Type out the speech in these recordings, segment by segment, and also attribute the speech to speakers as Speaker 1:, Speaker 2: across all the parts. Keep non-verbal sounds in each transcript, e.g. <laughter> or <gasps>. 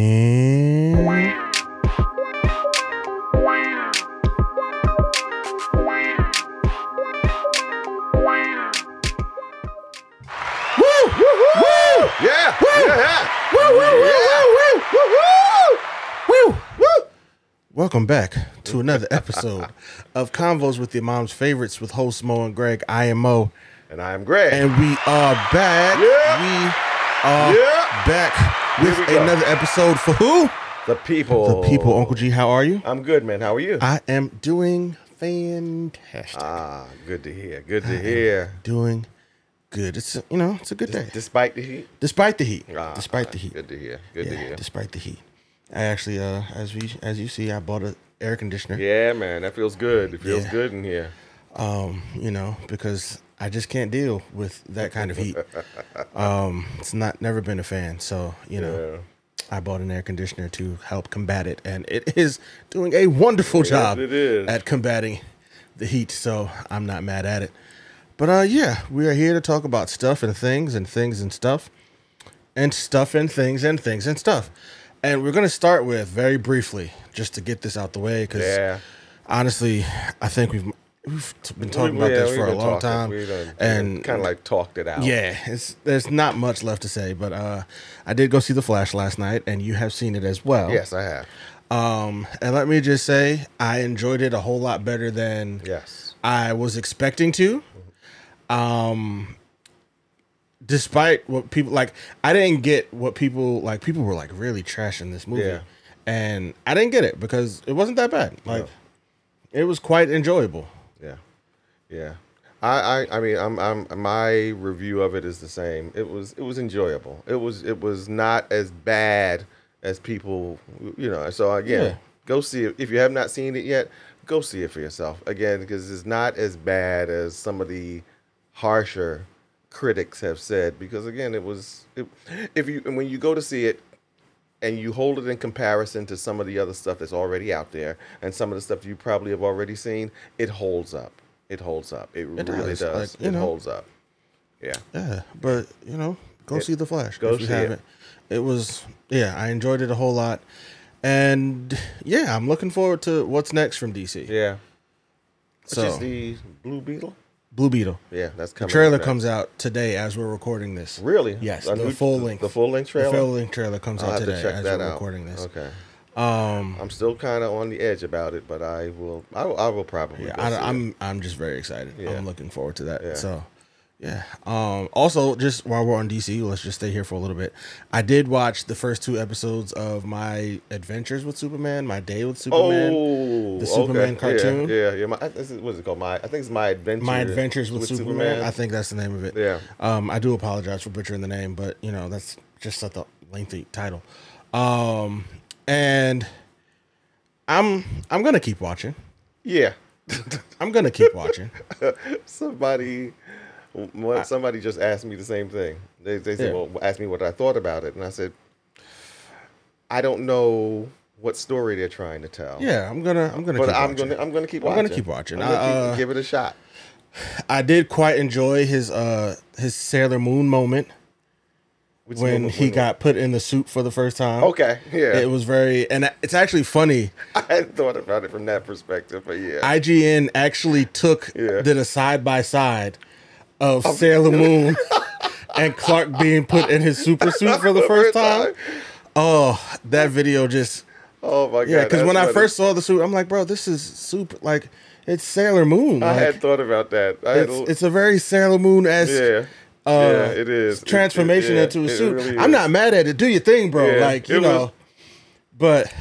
Speaker 1: And woo, woo, woo, woo,
Speaker 2: Yeah. Yeah. yeah.
Speaker 1: woo, woo, woo, woo, woo, woo, woo. Welcome back to another episode of Convos with Your Mom's Favorites with hosts Mo and Greg. I am Mo,
Speaker 2: And I'm Greg.
Speaker 1: and we are back.
Speaker 2: Yeah.
Speaker 1: We are
Speaker 2: Yeah.
Speaker 1: back
Speaker 2: Here
Speaker 1: with
Speaker 2: we go. Oh.
Speaker 1: another episode for who?
Speaker 2: the people.
Speaker 1: The people. Uncle G, how are you?
Speaker 2: I'm good, man. How are you?
Speaker 1: I am doing fantastic.
Speaker 2: ah, good to hear. Good to hear.
Speaker 1: doing good. It's a- you know it's a good day,
Speaker 2: Despite the heat.
Speaker 1: despite the heat.
Speaker 2: Ah,
Speaker 1: despite the heat.
Speaker 2: Good to hear. Good to
Speaker 1: Yeah,
Speaker 2: hear.
Speaker 1: despite the heat. I actually, uh, as we as you see, I bought a air conditioner.
Speaker 2: Yeah, man. That feels good. It feels
Speaker 1: Yeah.
Speaker 2: good in here.
Speaker 1: Um, you know because I just can't deal with that kind of
Speaker 2: <laughs>
Speaker 1: heat. um, it's not never been a fan. So you know,
Speaker 2: Yeah.
Speaker 1: I bought an air conditioner to help combat it, and it is doing a wonderful job
Speaker 2: it is.
Speaker 1: at combating the heat. So I'm not mad at it. But uh, yeah, we are here to talk about stuff and things and things and stuff and stuff and things and things and stuff. And we're gonna start with very briefly, just to get this out the way, because
Speaker 2: Yeah.
Speaker 1: honestly, I think we've we've t- been talking about
Speaker 2: Yeah,
Speaker 1: this
Speaker 2: we've
Speaker 1: for a
Speaker 2: been
Speaker 1: long
Speaker 2: talking.
Speaker 1: time,
Speaker 2: We done,
Speaker 1: and
Speaker 2: kind of like talked it out.
Speaker 1: yeah, it's there's not much left to say, but uh, I did go see The Flash last night, and you have seen it as well.
Speaker 2: Yes, I have.
Speaker 1: Um, and let me just say, I enjoyed it a whole lot better than
Speaker 2: Yes.
Speaker 1: I was expecting to. Um, despite what people like, I didn't get what people like. People were like really trashing this movie,
Speaker 2: Yeah.
Speaker 1: and I didn't get it because it wasn't that bad. Like,
Speaker 2: No.
Speaker 1: it was quite enjoyable.
Speaker 2: Yeah, yeah. I, I, I mean, I'm, I'm, my review of it is the same. It was, it was enjoyable. It was, it was not as bad as people, you know. So again,
Speaker 1: Yeah.
Speaker 2: go see it if you have not seen it yet. Go see it for yourself again because it's not as bad as some of the harsher critics have said. Because again, it was, it, if you and when you go to see it, and you hold it in comparison to some of the other stuff that's already out there and some of the stuff you probably have already seen, it holds up. It holds up. It, really
Speaker 1: does,
Speaker 2: does.
Speaker 1: like, you
Speaker 2: it
Speaker 1: know.
Speaker 2: holds up. Yeah.
Speaker 1: Yeah, but you know, go see The Flash
Speaker 2: go
Speaker 1: if you
Speaker 2: see it.
Speaker 1: haven't. It. was yeah, I enjoyed it a whole lot, and yeah, I'm looking forward to what's next from DC.
Speaker 2: Yeah. Which
Speaker 1: so
Speaker 2: is the Blue Beetle?
Speaker 1: Blue Beetle.
Speaker 2: Yeah, that's coming.
Speaker 1: Trailer
Speaker 2: out now.
Speaker 1: comes out today as we're recording this.
Speaker 2: Really?
Speaker 1: Yes,
Speaker 2: A
Speaker 1: the
Speaker 2: new-
Speaker 1: full length-
Speaker 2: The full length trailer.
Speaker 1: The full length trailer comes
Speaker 2: I'll
Speaker 1: out
Speaker 2: have
Speaker 1: today
Speaker 2: to check
Speaker 1: as
Speaker 2: that
Speaker 1: we're
Speaker 2: out.
Speaker 1: recording this.
Speaker 2: Okay.
Speaker 1: Um,
Speaker 2: I'm still kind of on the edge about it, but I will. I will, I will probably.
Speaker 1: yeah,
Speaker 2: go see it.
Speaker 1: I, am I'm just very excited.
Speaker 2: Yeah.
Speaker 1: I'm looking forward to that.
Speaker 2: Yeah.
Speaker 1: So, yeah. Um, also, just while we're on DC, let's just stay here for a little bit. I did watch the first two episodes of my adventures with Superman, my day with Superman.
Speaker 2: Oh,
Speaker 1: the Superman
Speaker 2: okay.
Speaker 1: cartoon.
Speaker 2: Yeah, yeah. yeah. My, I- this is, what is it called? My, I think it's my adventure.
Speaker 1: My Adventures with, Superman. I think that's the name of it.
Speaker 2: Yeah.
Speaker 1: Um, I do apologize for butchering the name, but you know that's just such a lengthy title. Um, and I'm I'm gonna keep watching.
Speaker 2: yeah. <laughs>
Speaker 1: I'm gonna keep watching.
Speaker 2: somebody one- somebody just asked me the same thing. They, they said,
Speaker 1: Yeah.
Speaker 2: well, asked me what I thought about it. And I said, I don't know what story they're trying to tell.
Speaker 1: yeah, I'm gonna I'm gonna.
Speaker 2: But
Speaker 1: keep
Speaker 2: I'm
Speaker 1: watching.
Speaker 2: gonna I'm gonna keep
Speaker 1: I'm
Speaker 2: watching.
Speaker 1: gonna keep watching.
Speaker 2: I'm gonna
Speaker 1: I,
Speaker 2: keep-
Speaker 1: uh,
Speaker 2: give it a shot.
Speaker 1: I did quite enjoy his uh his Sailor Moon moment
Speaker 2: Which
Speaker 1: when
Speaker 2: moment-
Speaker 1: he got put in the suit for the first time.
Speaker 2: Okay. Yeah.
Speaker 1: It was very, and it's actually funny.
Speaker 2: <laughs> I hadn't thought about it from that perspective, but yeah.
Speaker 1: IGN actually took
Speaker 2: Yeah.
Speaker 1: did a side by side of Sailor Moon <laughs> and Clark being put in his super suit for the first time. Oh, that video just
Speaker 2: Oh my god.
Speaker 1: yeah. Because
Speaker 2: that's
Speaker 1: when I
Speaker 2: funny.
Speaker 1: first saw the suit, I'm like, bro, this is super. Like, it's Sailor Moon.
Speaker 2: I
Speaker 1: Like,
Speaker 2: had thought about that. I had,
Speaker 1: it's, it's a very Sailor Moon esque.
Speaker 2: yeah.
Speaker 1: Uh,
Speaker 2: yeah, it is It- it-
Speaker 1: transformation
Speaker 2: yeah,
Speaker 1: into a
Speaker 2: it
Speaker 1: suit.
Speaker 2: really
Speaker 1: I'm
Speaker 2: is.
Speaker 1: not mad at it. Do your thing, bro.
Speaker 2: Yeah,
Speaker 1: like you
Speaker 2: it was-
Speaker 1: know, but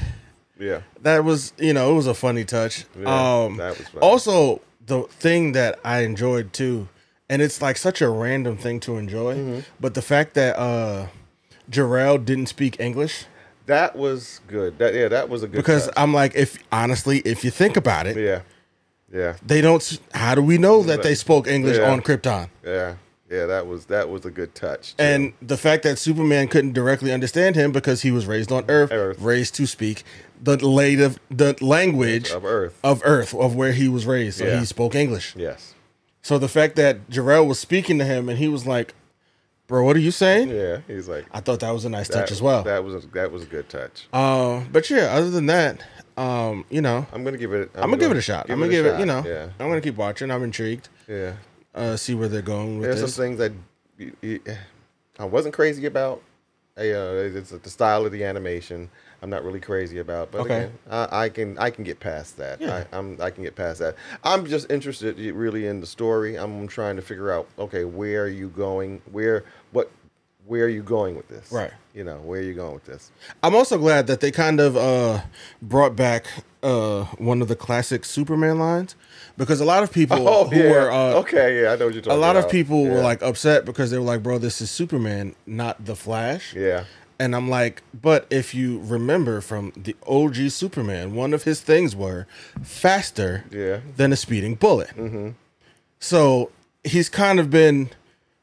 Speaker 2: Yeah,
Speaker 1: that was you know it was a funny touch
Speaker 2: Yeah,
Speaker 1: um
Speaker 2: that was funny.
Speaker 1: also the thing that i enjoyed too and it's like such a random thing to enjoy
Speaker 2: Mm-hmm.
Speaker 1: but the fact that uh Jarrell didn't speak english
Speaker 2: that was good. That yeah, that was a good
Speaker 1: because
Speaker 2: touch.
Speaker 1: i'm like if honestly if you think about it
Speaker 2: yeah, yeah.
Speaker 1: they don't s- how do we know that they spoke english
Speaker 2: Yeah.
Speaker 1: on krypton
Speaker 2: Yeah, yeah, that was that was a good touch. too.
Speaker 1: and the fact that superman couldn't directly understand him because he was raised on earth,
Speaker 2: Earth.
Speaker 1: raised to speak the native the language
Speaker 2: of Earth,
Speaker 1: of earth of where he was raised so
Speaker 2: Yeah.
Speaker 1: he spoke english
Speaker 2: yes,
Speaker 1: So the fact that Jarrell was speaking to him and he was like, bro, what are you saying?
Speaker 2: Yeah, he's like
Speaker 1: I thought that was a nice
Speaker 2: that,
Speaker 1: touch as well.
Speaker 2: That was a, that was a good touch.
Speaker 1: Uh, but yeah, other than that, um, you know,
Speaker 2: I'm gonna give it.
Speaker 1: I'm, gonna, give it a shot. I'm gonna give it, you know,
Speaker 2: Yeah,
Speaker 1: I'm gonna keep watching. I'm intrigued.
Speaker 2: yeah.
Speaker 1: Uh, see where they're going with
Speaker 2: There's some
Speaker 1: this.
Speaker 2: things that y- y- I wasn't crazy about. I, uh, it's the style of the animation. I'm not really crazy about, but
Speaker 1: Okay.
Speaker 2: again, I, I can I can get past that.
Speaker 1: Yeah.
Speaker 2: I, I'm I can get past that. I'm just interested y- really in the story. I'm trying to figure out okay, where are you going? Where what? Where are you going with this?
Speaker 1: Right.
Speaker 2: You know, where are you going with this?
Speaker 1: I'm also glad that they kind of uh, brought back uh, one of the classic Superman lines because a lot of people
Speaker 2: Oh,
Speaker 1: who
Speaker 2: yeah.
Speaker 1: were uh,
Speaker 2: okay, yeah, I know what you're talking
Speaker 1: a
Speaker 2: about.
Speaker 1: lot of people were
Speaker 2: Yeah.
Speaker 1: like upset because they were like, "Bro, this is Superman, not the Flash."
Speaker 2: yeah,
Speaker 1: And I'm like, but if you remember from the OG Superman, one of his things were faster
Speaker 2: Yeah. Mm-hmm.
Speaker 1: than a speeding bullet. So he's kind of been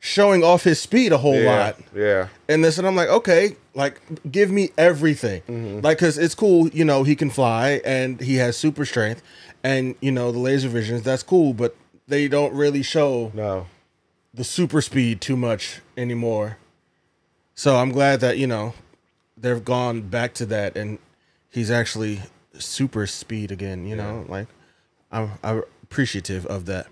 Speaker 1: showing off his speed a whole
Speaker 2: yeah,
Speaker 1: lot
Speaker 2: yeah,
Speaker 1: and this and i'm like okay like give me everything like because it's cool you know he can fly and he has super strength and you know the laser visions that's cool but they don't really show
Speaker 2: no,
Speaker 1: the super speed too much anymore so i'm glad that you know they've gone back to that and he's actually super speed again you know like I'm, I'm appreciative of that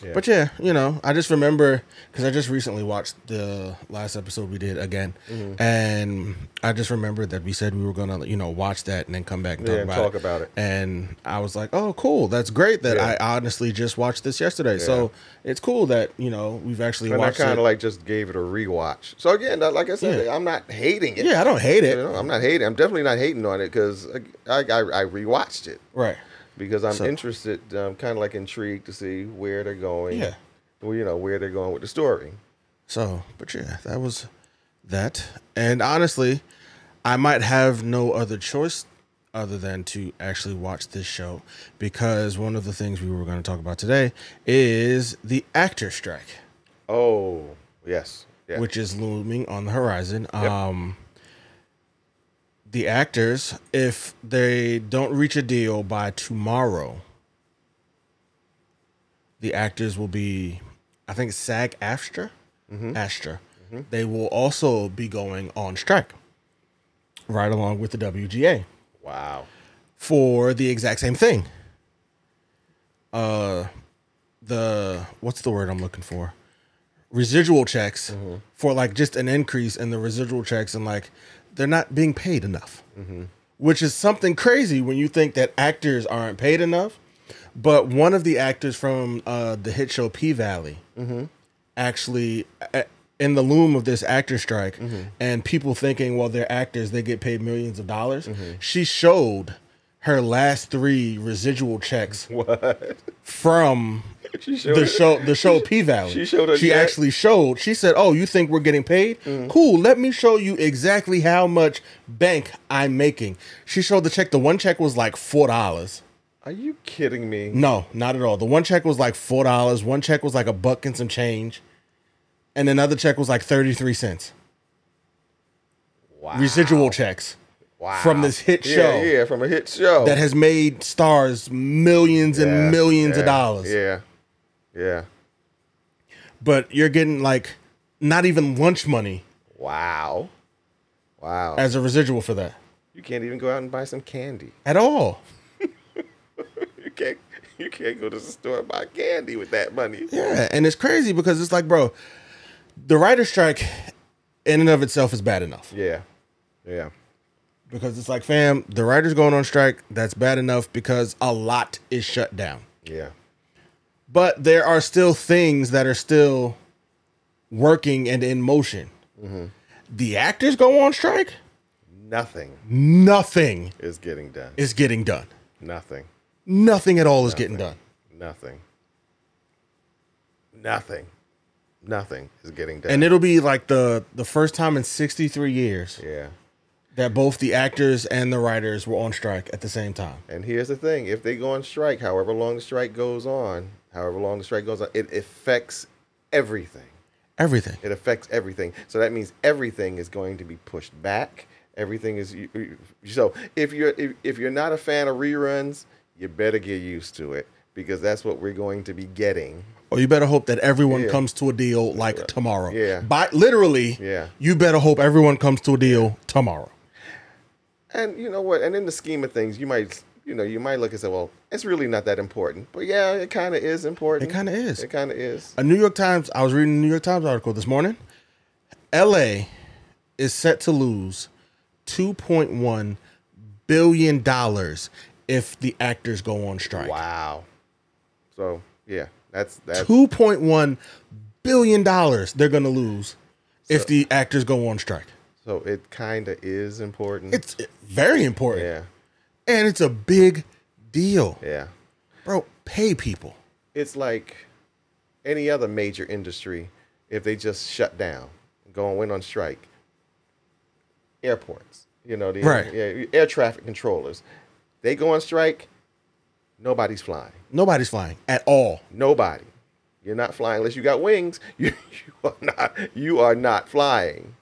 Speaker 2: yeah.
Speaker 1: but yeah, you know, I just remember because I just recently watched the last episode we did again,
Speaker 2: Mm-hmm.
Speaker 1: and I just remembered that we said we were gonna, you know, watch that and then come back and talk,
Speaker 2: Yeah,
Speaker 1: about,
Speaker 2: talk
Speaker 1: it.
Speaker 2: about it.
Speaker 1: And I was like, oh, cool, that's great that
Speaker 2: Yeah.
Speaker 1: I honestly just watched this yesterday. So it's cool that you know we've actually
Speaker 2: and I
Speaker 1: watched
Speaker 2: kind
Speaker 1: it.
Speaker 2: of like just gave it a rewatch. So again, that- like I said,
Speaker 1: Yeah.
Speaker 2: I'm not hating it.
Speaker 1: yeah, I don't hate it.
Speaker 2: You know, I'm not hating. I'm definitely not hating on it because I, I I rewatched it
Speaker 1: Right.
Speaker 2: because I'm
Speaker 1: So-
Speaker 2: interested. I'm kind of like intrigued to see where they're going.
Speaker 1: Yeah.
Speaker 2: Well, you know where they're going with the story.
Speaker 1: So, but yeah, that was that. And honestly, I might have no other choice other than to actually watch this show because one of the things we were going to talk about today is the actor strike,
Speaker 2: Oh yes, yeah.
Speaker 1: which is looming on the horizon. Um the actors, if they don't reach a deal by tomorrow, the actors will be, I think, SAG AFTRA. ASTRA. They will also be going on strike right along with the WGA
Speaker 2: wow.
Speaker 1: for the exact same thing. Uh, the what's the word I'm looking for? Residual checks for like just an increase in the residual checks and like they're not being paid enough, which is something crazy when you think that actors aren't paid enough. But one of the actors from uh, the hit show P Valley actually a- in the loom of this actor strike
Speaker 2: Mm-hmm.
Speaker 1: and people thinking, well, they're actors, they get paid millions of dollars.
Speaker 2: Mm-hmm.
Speaker 1: She showed her last three residual checks
Speaker 2: <laughs>
Speaker 1: from
Speaker 2: She showed
Speaker 1: the
Speaker 2: it. <laughs>
Speaker 1: show the show P Valley.
Speaker 2: she showed her Mm-hmm.
Speaker 1: She
Speaker 2: check?
Speaker 1: actually showed. She said, "Oh, you think we're getting paid? Cool. Let me show you exactly how much bank I'm making." She showed the check. The one check was like four dollars.
Speaker 2: Are you kidding me?
Speaker 1: No, not at all. The one check was like four dollars. One check was like a buck and some change, and another check was like thirty three cents.
Speaker 2: Wow.
Speaker 1: Residual checks
Speaker 2: Wow.
Speaker 1: from this hit
Speaker 2: Yeah,
Speaker 1: show
Speaker 2: Yeah, from a hit show
Speaker 1: that has made stars millions
Speaker 2: Yeah,
Speaker 1: and millions
Speaker 2: yeah,
Speaker 1: of dollars.
Speaker 2: Yeah. Yeah.
Speaker 1: But you're getting like not even lunch money
Speaker 2: Wow. Wow.
Speaker 1: as a residual for that
Speaker 2: you can't even go out and buy some candy.
Speaker 1: at all.
Speaker 2: You can't. You can't go to the store and buy candy with that money.
Speaker 1: Yeah, and it's crazy because it's like, bro, the writer's strike in and of itself is bad enough.
Speaker 2: Yeah. Yeah.
Speaker 1: Because it's like, fam, the writer's going on strike, that's bad enough because a lot is shut down.
Speaker 2: Yeah.
Speaker 1: But there are still things that are still working and in motion. The actors go on strike,
Speaker 2: Nothing
Speaker 1: nothing
Speaker 2: is getting done.
Speaker 1: is getting done.
Speaker 2: Nothing.
Speaker 1: Nothing at all is getting done.
Speaker 2: Nothing. Nothing. Nothing is getting done.
Speaker 1: And it'll be like the the first time in 63 years
Speaker 2: yeah.
Speaker 1: that both the actors and the writers were on strike at the same time.
Speaker 2: And here's the thing: if they go on strike, however long the strike goes on, however long the strike goes on, it affects everything.
Speaker 1: Everything.
Speaker 2: It affects everything. So that means everything is going to be pushed back. Everything is you- you- so. If you're if, if you're not a fan of reruns, you better get used to it because that's what we're going to be getting.
Speaker 1: or you better hope that everyone
Speaker 2: Yeah.
Speaker 1: comes to a deal like tomorrow.
Speaker 2: Yeah.
Speaker 1: By literally,
Speaker 2: Yeah.
Speaker 1: you better hope everyone comes to a deal tomorrow.
Speaker 2: And you know what? And in the scheme of things, you might you know you might look and say, well, it's really not that important. But yeah, it kind of is important.
Speaker 1: It kinda is.
Speaker 2: It kind of is.
Speaker 1: A New York Times, I was reading a New York Times article this morning. LA is set to lose 2.1 billion dollars if the actors go on strike.
Speaker 2: Wow. So yeah, that's that's
Speaker 1: 2.1 billion dollars they're going to lose if the actors go on strike.
Speaker 2: so it kind of is important.
Speaker 1: It's very important.
Speaker 2: yeah,
Speaker 1: And it's a big deal.
Speaker 2: yeah.
Speaker 1: Bro, pay people.
Speaker 2: It's like any other major industry if they just shut down, go and went on strike. Airports, you know, the
Speaker 1: Right.
Speaker 2: yeah, air traffic controllers, they go on strike. Nobody's flying.
Speaker 1: Nobody's flying at all.
Speaker 2: Nobody. You're not flying unless you got wings. <laughs> You, you are not. You are not flying,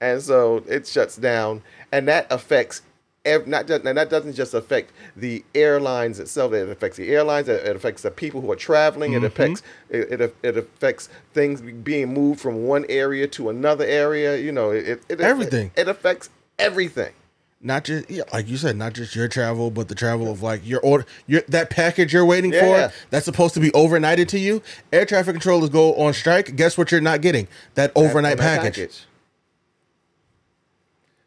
Speaker 2: and so it shuts down, and that affects. ev- Not just, and that doesn't just affect the airlines itself. It affects the airlines. It, it affects the people who are traveling. It affects it, it. It affects things being moved from one area to another area. You know, it. it- it
Speaker 1: Everything.
Speaker 2: It, affects everything.
Speaker 1: Not just yeah, like you said, not just your travel, but the travel of like your order, your that package you're waiting
Speaker 2: Yeah.
Speaker 1: for that's supposed to be overnighted to you. Air traffic controllers go on strike. Guess what? You're not getting that overnight
Speaker 2: on that
Speaker 1: package.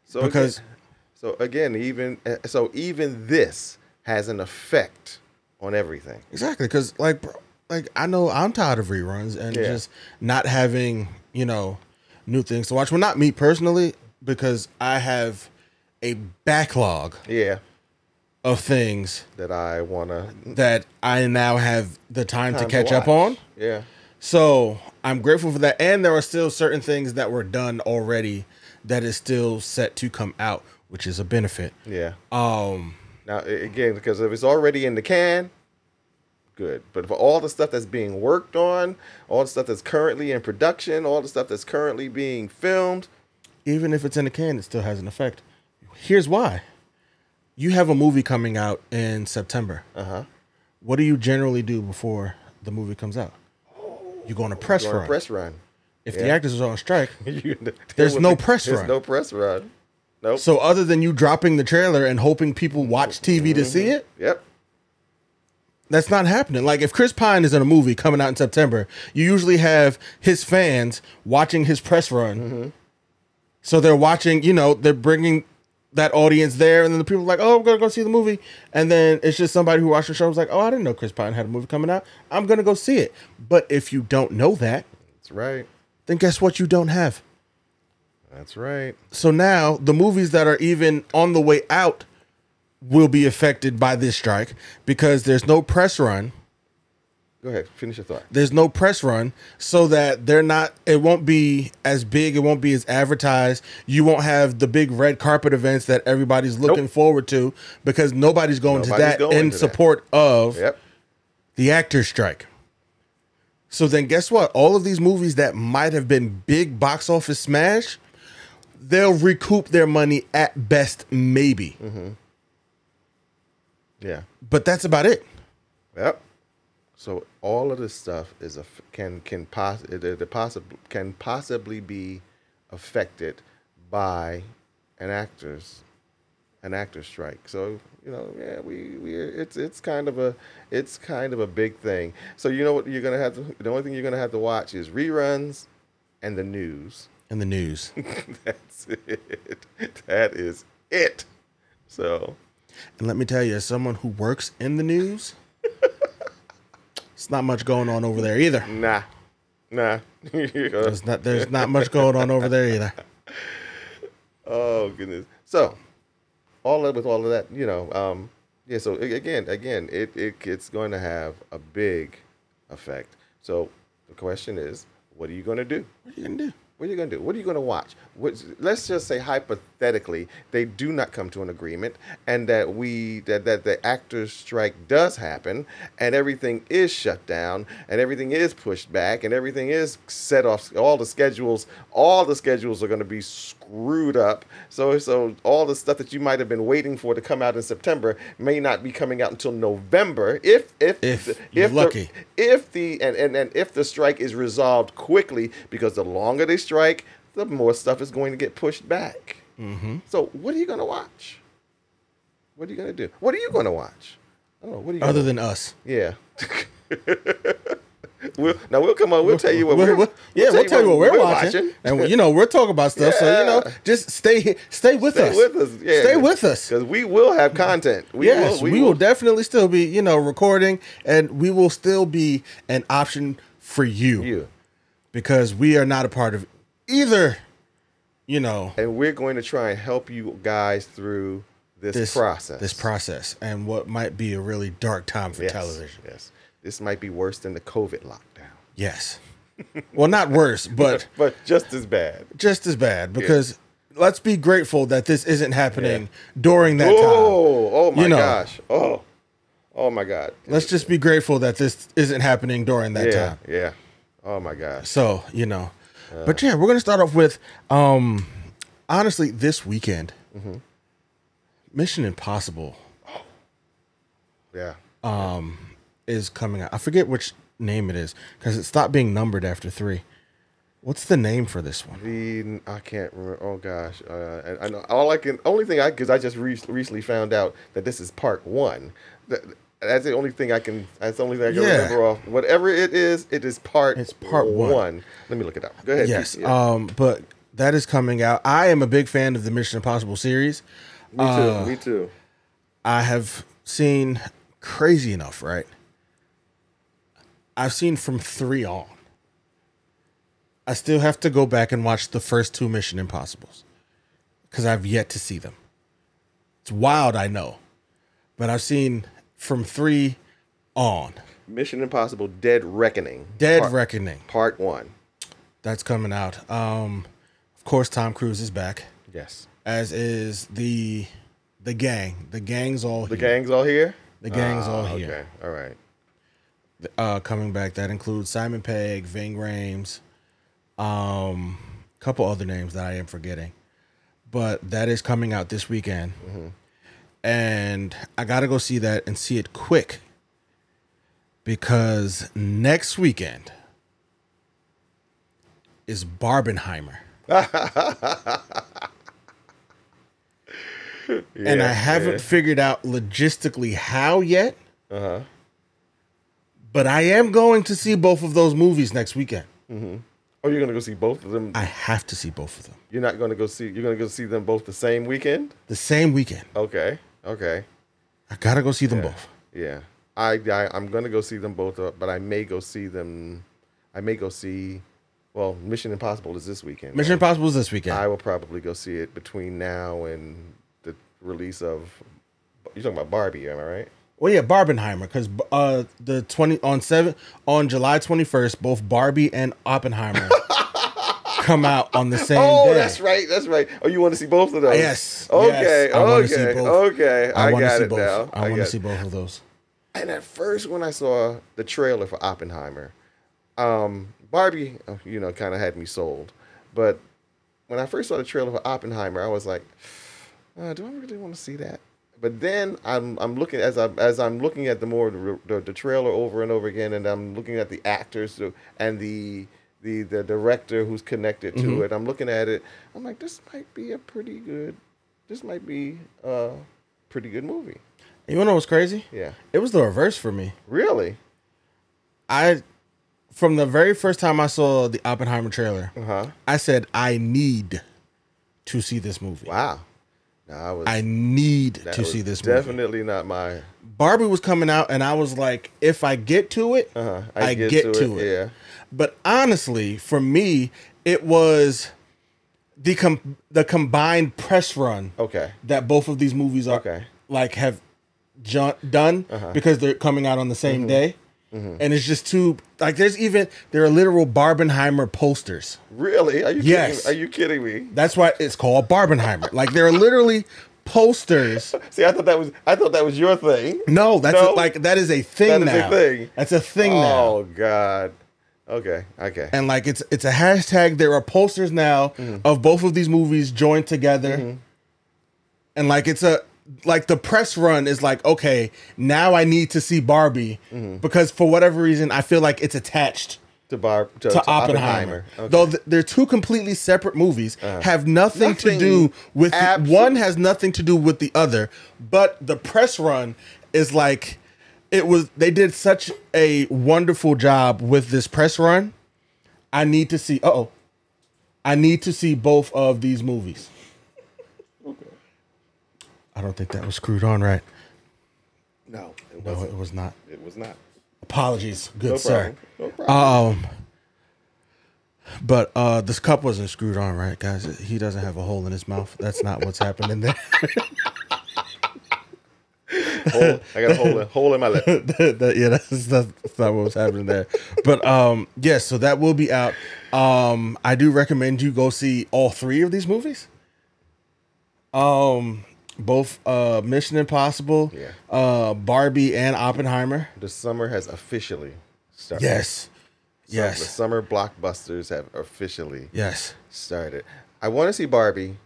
Speaker 2: So
Speaker 1: Because-
Speaker 2: again, so again, even uh, so, even this has an effect on everything.
Speaker 1: Exactly, because like, bro, like I know I'm tired of reruns and
Speaker 2: Yeah.
Speaker 1: just not having you know new things to watch. Well, not me personally, because I have a backlog
Speaker 2: Yeah,
Speaker 1: of things
Speaker 2: that I wanna
Speaker 1: that I now have the time, to
Speaker 2: time
Speaker 1: catch up
Speaker 2: watch.
Speaker 1: on.
Speaker 2: Yeah,
Speaker 1: So I'm grateful for that. And there are still certain things that were done already that is still set to come out, which is a benefit.
Speaker 2: yeah.
Speaker 1: Um,
Speaker 2: Now a- again, because if it's already in the can, good. But for all the stuff that's being worked on, all the stuff that's currently in production, all the stuff that's currently being filmed,
Speaker 1: even if it's in a can, it still has an effect. Here's why. You have a movie coming out in September. Uh-huh. What do you generally do before the movie comes out? You go on a press
Speaker 2: during
Speaker 1: run.
Speaker 2: a press run. <laughs>
Speaker 1: if the actors are on strike,
Speaker 2: You-
Speaker 1: There's no press
Speaker 2: there's
Speaker 1: run.
Speaker 2: no press run. Nope.
Speaker 1: so other than you dropping the trailer and hoping people watch TV to see it,
Speaker 2: Yep.
Speaker 1: That's not happening. Like if Chris Pine is in a movie coming out in September, you usually have his fans watching his press run. So they're watching, you know, they're bringing that audience there, and then the people are like, "Oh, I'm gonna go see the movie," and then it's just somebody who watched the show was like, "Oh, I didn't know Chris Pine had a movie coming out. I'm gonna go see it." But if you don't know that,
Speaker 2: That's right.
Speaker 1: then guess what? You don't have.
Speaker 2: That's right.
Speaker 1: So now the movies that are even on the way out will be affected by this strike because there's no press run.
Speaker 2: Go ahead, finish your thought.
Speaker 1: there's no press run so that they're not it won't be as big it won't be as advertised you won't have the big red carpet events that everybody's looking forward to because nobody's going to
Speaker 2: Nobody's
Speaker 1: that
Speaker 2: going
Speaker 1: in
Speaker 2: to that.
Speaker 1: support of
Speaker 2: Yep.
Speaker 1: the actors strike so then guess what all of these movies that might have been big box office smash they'll recoup their money at best maybe
Speaker 2: Mm-hmm. Yeah.
Speaker 1: but that's about it
Speaker 2: Yep. So all of this stuff is a can can poss- it, it, possib- can possibly be affected by an actor's an actor strike. So you know, yeah, we we it's it's kind of a it's kind of a big thing. So you know what you're gonna have to the only thing you're gonna have to watch is reruns and the news. <laughs>
Speaker 1: in the news
Speaker 2: That's it. That is it. So
Speaker 1: And let me tell you, as someone who works in the <laughs> news, it's not much going on over there either.
Speaker 2: nah, nah. <laughs>
Speaker 1: There's not there's not much going on over there either.
Speaker 2: oh goodness. So all of, with all of that, you know, um, yeah. So a- again, again, it, it it's going to have a big effect. So the question is, what are you going to do?
Speaker 1: What are you gonna do?
Speaker 2: What are you going to do? What are you going to watch? What, let's just say hypothetically, they do not come to an agreement, and that we that, that the actors' strike does happen, and everything is shut down, and everything is pushed back, and everything is set off. All the schedules, all the schedules are going to be screwed screwed up. So so all the stuff that you might have been waiting for to come out in September may not be coming out until November. If if
Speaker 1: If you're
Speaker 2: the-
Speaker 1: lucky.
Speaker 2: if the and, and and if the strike is resolved quickly, because the longer they strike, the more stuff is going to get pushed back.
Speaker 1: Mm-hmm.
Speaker 2: So what are you going to watch? What are you going to do? What are you going to watch? I don't know. What are you?
Speaker 1: Other
Speaker 2: gonna-
Speaker 1: than us.
Speaker 2: yeah. <laughs> we'll, now we'll come on. We'll tell you what
Speaker 1: We'll-
Speaker 2: we're.
Speaker 1: we'll- yeah, we'll tell you what we're watching, and you know we're talking about stuff. So you know,
Speaker 2: Yeah.
Speaker 1: just stay stay with
Speaker 2: Stay
Speaker 1: us.
Speaker 2: with us. Yeah,
Speaker 1: Stay with us.
Speaker 2: Because we will
Speaker 1: <laughs>
Speaker 2: have content. We
Speaker 1: yes, we, will definitely still be you know recording, and we will still be an option for you,
Speaker 2: you.
Speaker 1: because we are not a part of either. You know
Speaker 2: And we're going to try and help you guys through this,
Speaker 1: this
Speaker 2: process.
Speaker 1: this process, and what might be a really dark time for
Speaker 2: Yes,
Speaker 1: television.
Speaker 2: Yes. This might be worse than the COVID lockdown, <laughs>
Speaker 1: Yes, <laughs> well, not worse, but
Speaker 2: but just as bad.
Speaker 1: just as bad because let's be grateful that this isn't happening during that time.
Speaker 2: Oh, oh my
Speaker 1: You know.
Speaker 2: gosh. Oh, oh my God.
Speaker 1: Let's just be grateful that this isn't happening during that
Speaker 2: yeah,
Speaker 1: time.
Speaker 2: yeah. Oh my gosh.
Speaker 1: So, you know.
Speaker 2: Uh.
Speaker 1: but yeah, we're going to start off with um honestly this weekend.
Speaker 2: Mm-hmm.
Speaker 1: Mission Impossible
Speaker 2: Yeah.
Speaker 1: Uh. is coming out. I forget which name it is cuz it stopped being numbered after 3. What's the name for this one?
Speaker 2: The I can't remember. Oh gosh, uh, and I know all I can. Only thing I because I just re- recently found out that this is part one. That, that's the only thing I can. That's the only thing I can
Speaker 1: Yeah.
Speaker 2: remember off. Whatever it is, it is part.
Speaker 1: It's part one.
Speaker 2: Let me look it up. Go ahead.
Speaker 1: Yes.
Speaker 2: Keith. Yeah,
Speaker 1: Um but that is coming out. I am a big fan of the Mission Impossible series. Uh,
Speaker 3: Me too. me too.
Speaker 1: I have seen crazy enough, right? I've seen from three on. I still have to go back and watch the first two Mission Impossibles because I've yet to see them. It's wild, I know, but I've seen from three on
Speaker 2: Mission Impossible: Dead Reckoning.
Speaker 1: Dead
Speaker 2: part,
Speaker 1: Reckoning.
Speaker 2: Part one.
Speaker 1: That's coming out. Um, of course, Tom Cruise is back,
Speaker 2: Yes.
Speaker 1: as is the the gang. The gang's all
Speaker 2: The
Speaker 1: here.
Speaker 2: gang's all here.
Speaker 1: The gang's all
Speaker 2: Ah,
Speaker 1: here.
Speaker 2: Okay. All right.
Speaker 1: uh, coming back. That includes Simon Pegg, Ving Rhames, um, a couple other names that I am forgetting. But that is coming out this weekend, and I gotta go see that and see it quick because next weekend is Barbenheimer. and I haven't figured out logistically how yet but I am going to see both of those movies next weekend.
Speaker 2: Oh, you're gonna go see both of them.
Speaker 1: I have to see both of them
Speaker 2: You're not gonna go see. You're gonna go see them both the same weekend.
Speaker 1: the same weekend.
Speaker 2: Okay. Okay.
Speaker 1: I gotta go see them both.
Speaker 2: Yeah, I, I I'm gonna go see them both, uh, but I may go see them. I may go see. Well, Mission Impossible is this weekend.
Speaker 1: Mission
Speaker 2: right?
Speaker 1: Impossible is this weekend.
Speaker 2: I will probably go see it between now and the release of. You're talking about Barbie, am I right?
Speaker 1: well, Oh, yeah, Barbenheimer, because uh, the twenty on seven on July twenty first, both Barbie and
Speaker 2: <laughs>
Speaker 1: Oppenheimer come out on the same
Speaker 2: Oh,
Speaker 1: day.
Speaker 2: that's right. That's right. Oh, you want to see both of those?
Speaker 1: Yes.
Speaker 2: Okay.
Speaker 1: yes, I wanna see
Speaker 2: okay.
Speaker 1: both.
Speaker 2: Okay. I,
Speaker 1: wanna
Speaker 2: got
Speaker 1: see
Speaker 2: it
Speaker 1: both.
Speaker 2: now.
Speaker 1: I, want
Speaker 2: got
Speaker 1: to
Speaker 2: it.
Speaker 1: see both of those.
Speaker 2: And at first, when I saw the trailer for Oppenheimer, um, Barbie, uh, you know, kind of had me sold. But when I first saw the trailer for Oppenheimer, I was like, uh, "Do I really want to see that?" But then I'm I'm looking as I as I'm looking at the more the, the, the trailer over and over again, and I'm looking at the actors who- and the the the director who's connected to it. I'm looking at it. I'm like, "This might be a pretty good. This might be a pretty good movie."
Speaker 1: You wanna know what's crazy?
Speaker 2: Yeah,
Speaker 1: It was the reverse for me.
Speaker 2: really.
Speaker 1: I, from the very first time I saw the Oppenheimer trailer,
Speaker 2: Uh huh.
Speaker 1: I said I need to see this movie.
Speaker 2: Wow. No, I was
Speaker 1: I need
Speaker 2: that
Speaker 1: to
Speaker 2: was
Speaker 1: see this movie.
Speaker 2: Definitely not my.
Speaker 1: Barbie was coming out, and I was like, if I get to it,
Speaker 2: Uh,
Speaker 1: Uh-huh. I, get, to, it.
Speaker 2: Yeah.
Speaker 1: But honestly, for me, it was the com- the combined press run
Speaker 2: Okay.
Speaker 1: that both of these movies are
Speaker 2: Okay.
Speaker 1: like have ju- done because they're coming out on the same day. And it's just too like there's even there are literal Barbenheimer posters.
Speaker 2: Really? Are you
Speaker 1: Yes.
Speaker 2: kidding? Are you kidding me?
Speaker 1: That's why it's called Barbenheimer. like there are literally posters
Speaker 2: See, I thought that was I thought that was your thing.
Speaker 1: No, that's a-
Speaker 2: No.
Speaker 1: like that is a thing Oh,
Speaker 2: That is a
Speaker 1: now.
Speaker 2: thing.
Speaker 1: That's a thing now.
Speaker 2: Oh God. Okay. Okay.
Speaker 1: and like it's it's a hashtag. There are posters now of both of these movies joined together, and like it's a like the press run is like okay now I need to see Barbie because for whatever reason I feel like it's attached
Speaker 2: to Barb to,
Speaker 1: to, Oppenheimer.
Speaker 2: Okay. Uh-huh.
Speaker 1: Though th- they're two completely separate movies, have nothing, to
Speaker 2: Nothing-
Speaker 1: do with
Speaker 2: abso-
Speaker 1: one has nothing to do with the other. But the press run is like it was. They did such a wonderful job with this press run. I need to see. Oh, I need to see both of these movies. I don't think that was screwed on right.
Speaker 2: no, it
Speaker 1: No,
Speaker 2: wasn't.
Speaker 1: it was not.
Speaker 2: It was not.
Speaker 1: Apologies, good
Speaker 2: No
Speaker 1: sir.
Speaker 2: problem. No problem.
Speaker 1: Um, but uh, this cup wasn't screwed on, right, guys? He doesn't have a hole in his mouth. That's not what's happening there. <laughs>
Speaker 2: Hole- I got a
Speaker 1: <laughs>
Speaker 2: hole in, hole in my lip.
Speaker 1: That- that- yeah, that's, that's not what's happening there. But um, yes, so that will be out. Um, I do recommend you go see all three of these movies. Um, both uh, Mission Impossible,
Speaker 2: Yeah.
Speaker 1: uh, Barbie, and Oppenheimer.
Speaker 2: The summer has officially started.
Speaker 1: Yes,
Speaker 2: So The
Speaker 1: yes,
Speaker 2: summer blockbusters have officially
Speaker 1: yes.
Speaker 2: started. I want to see Barbie.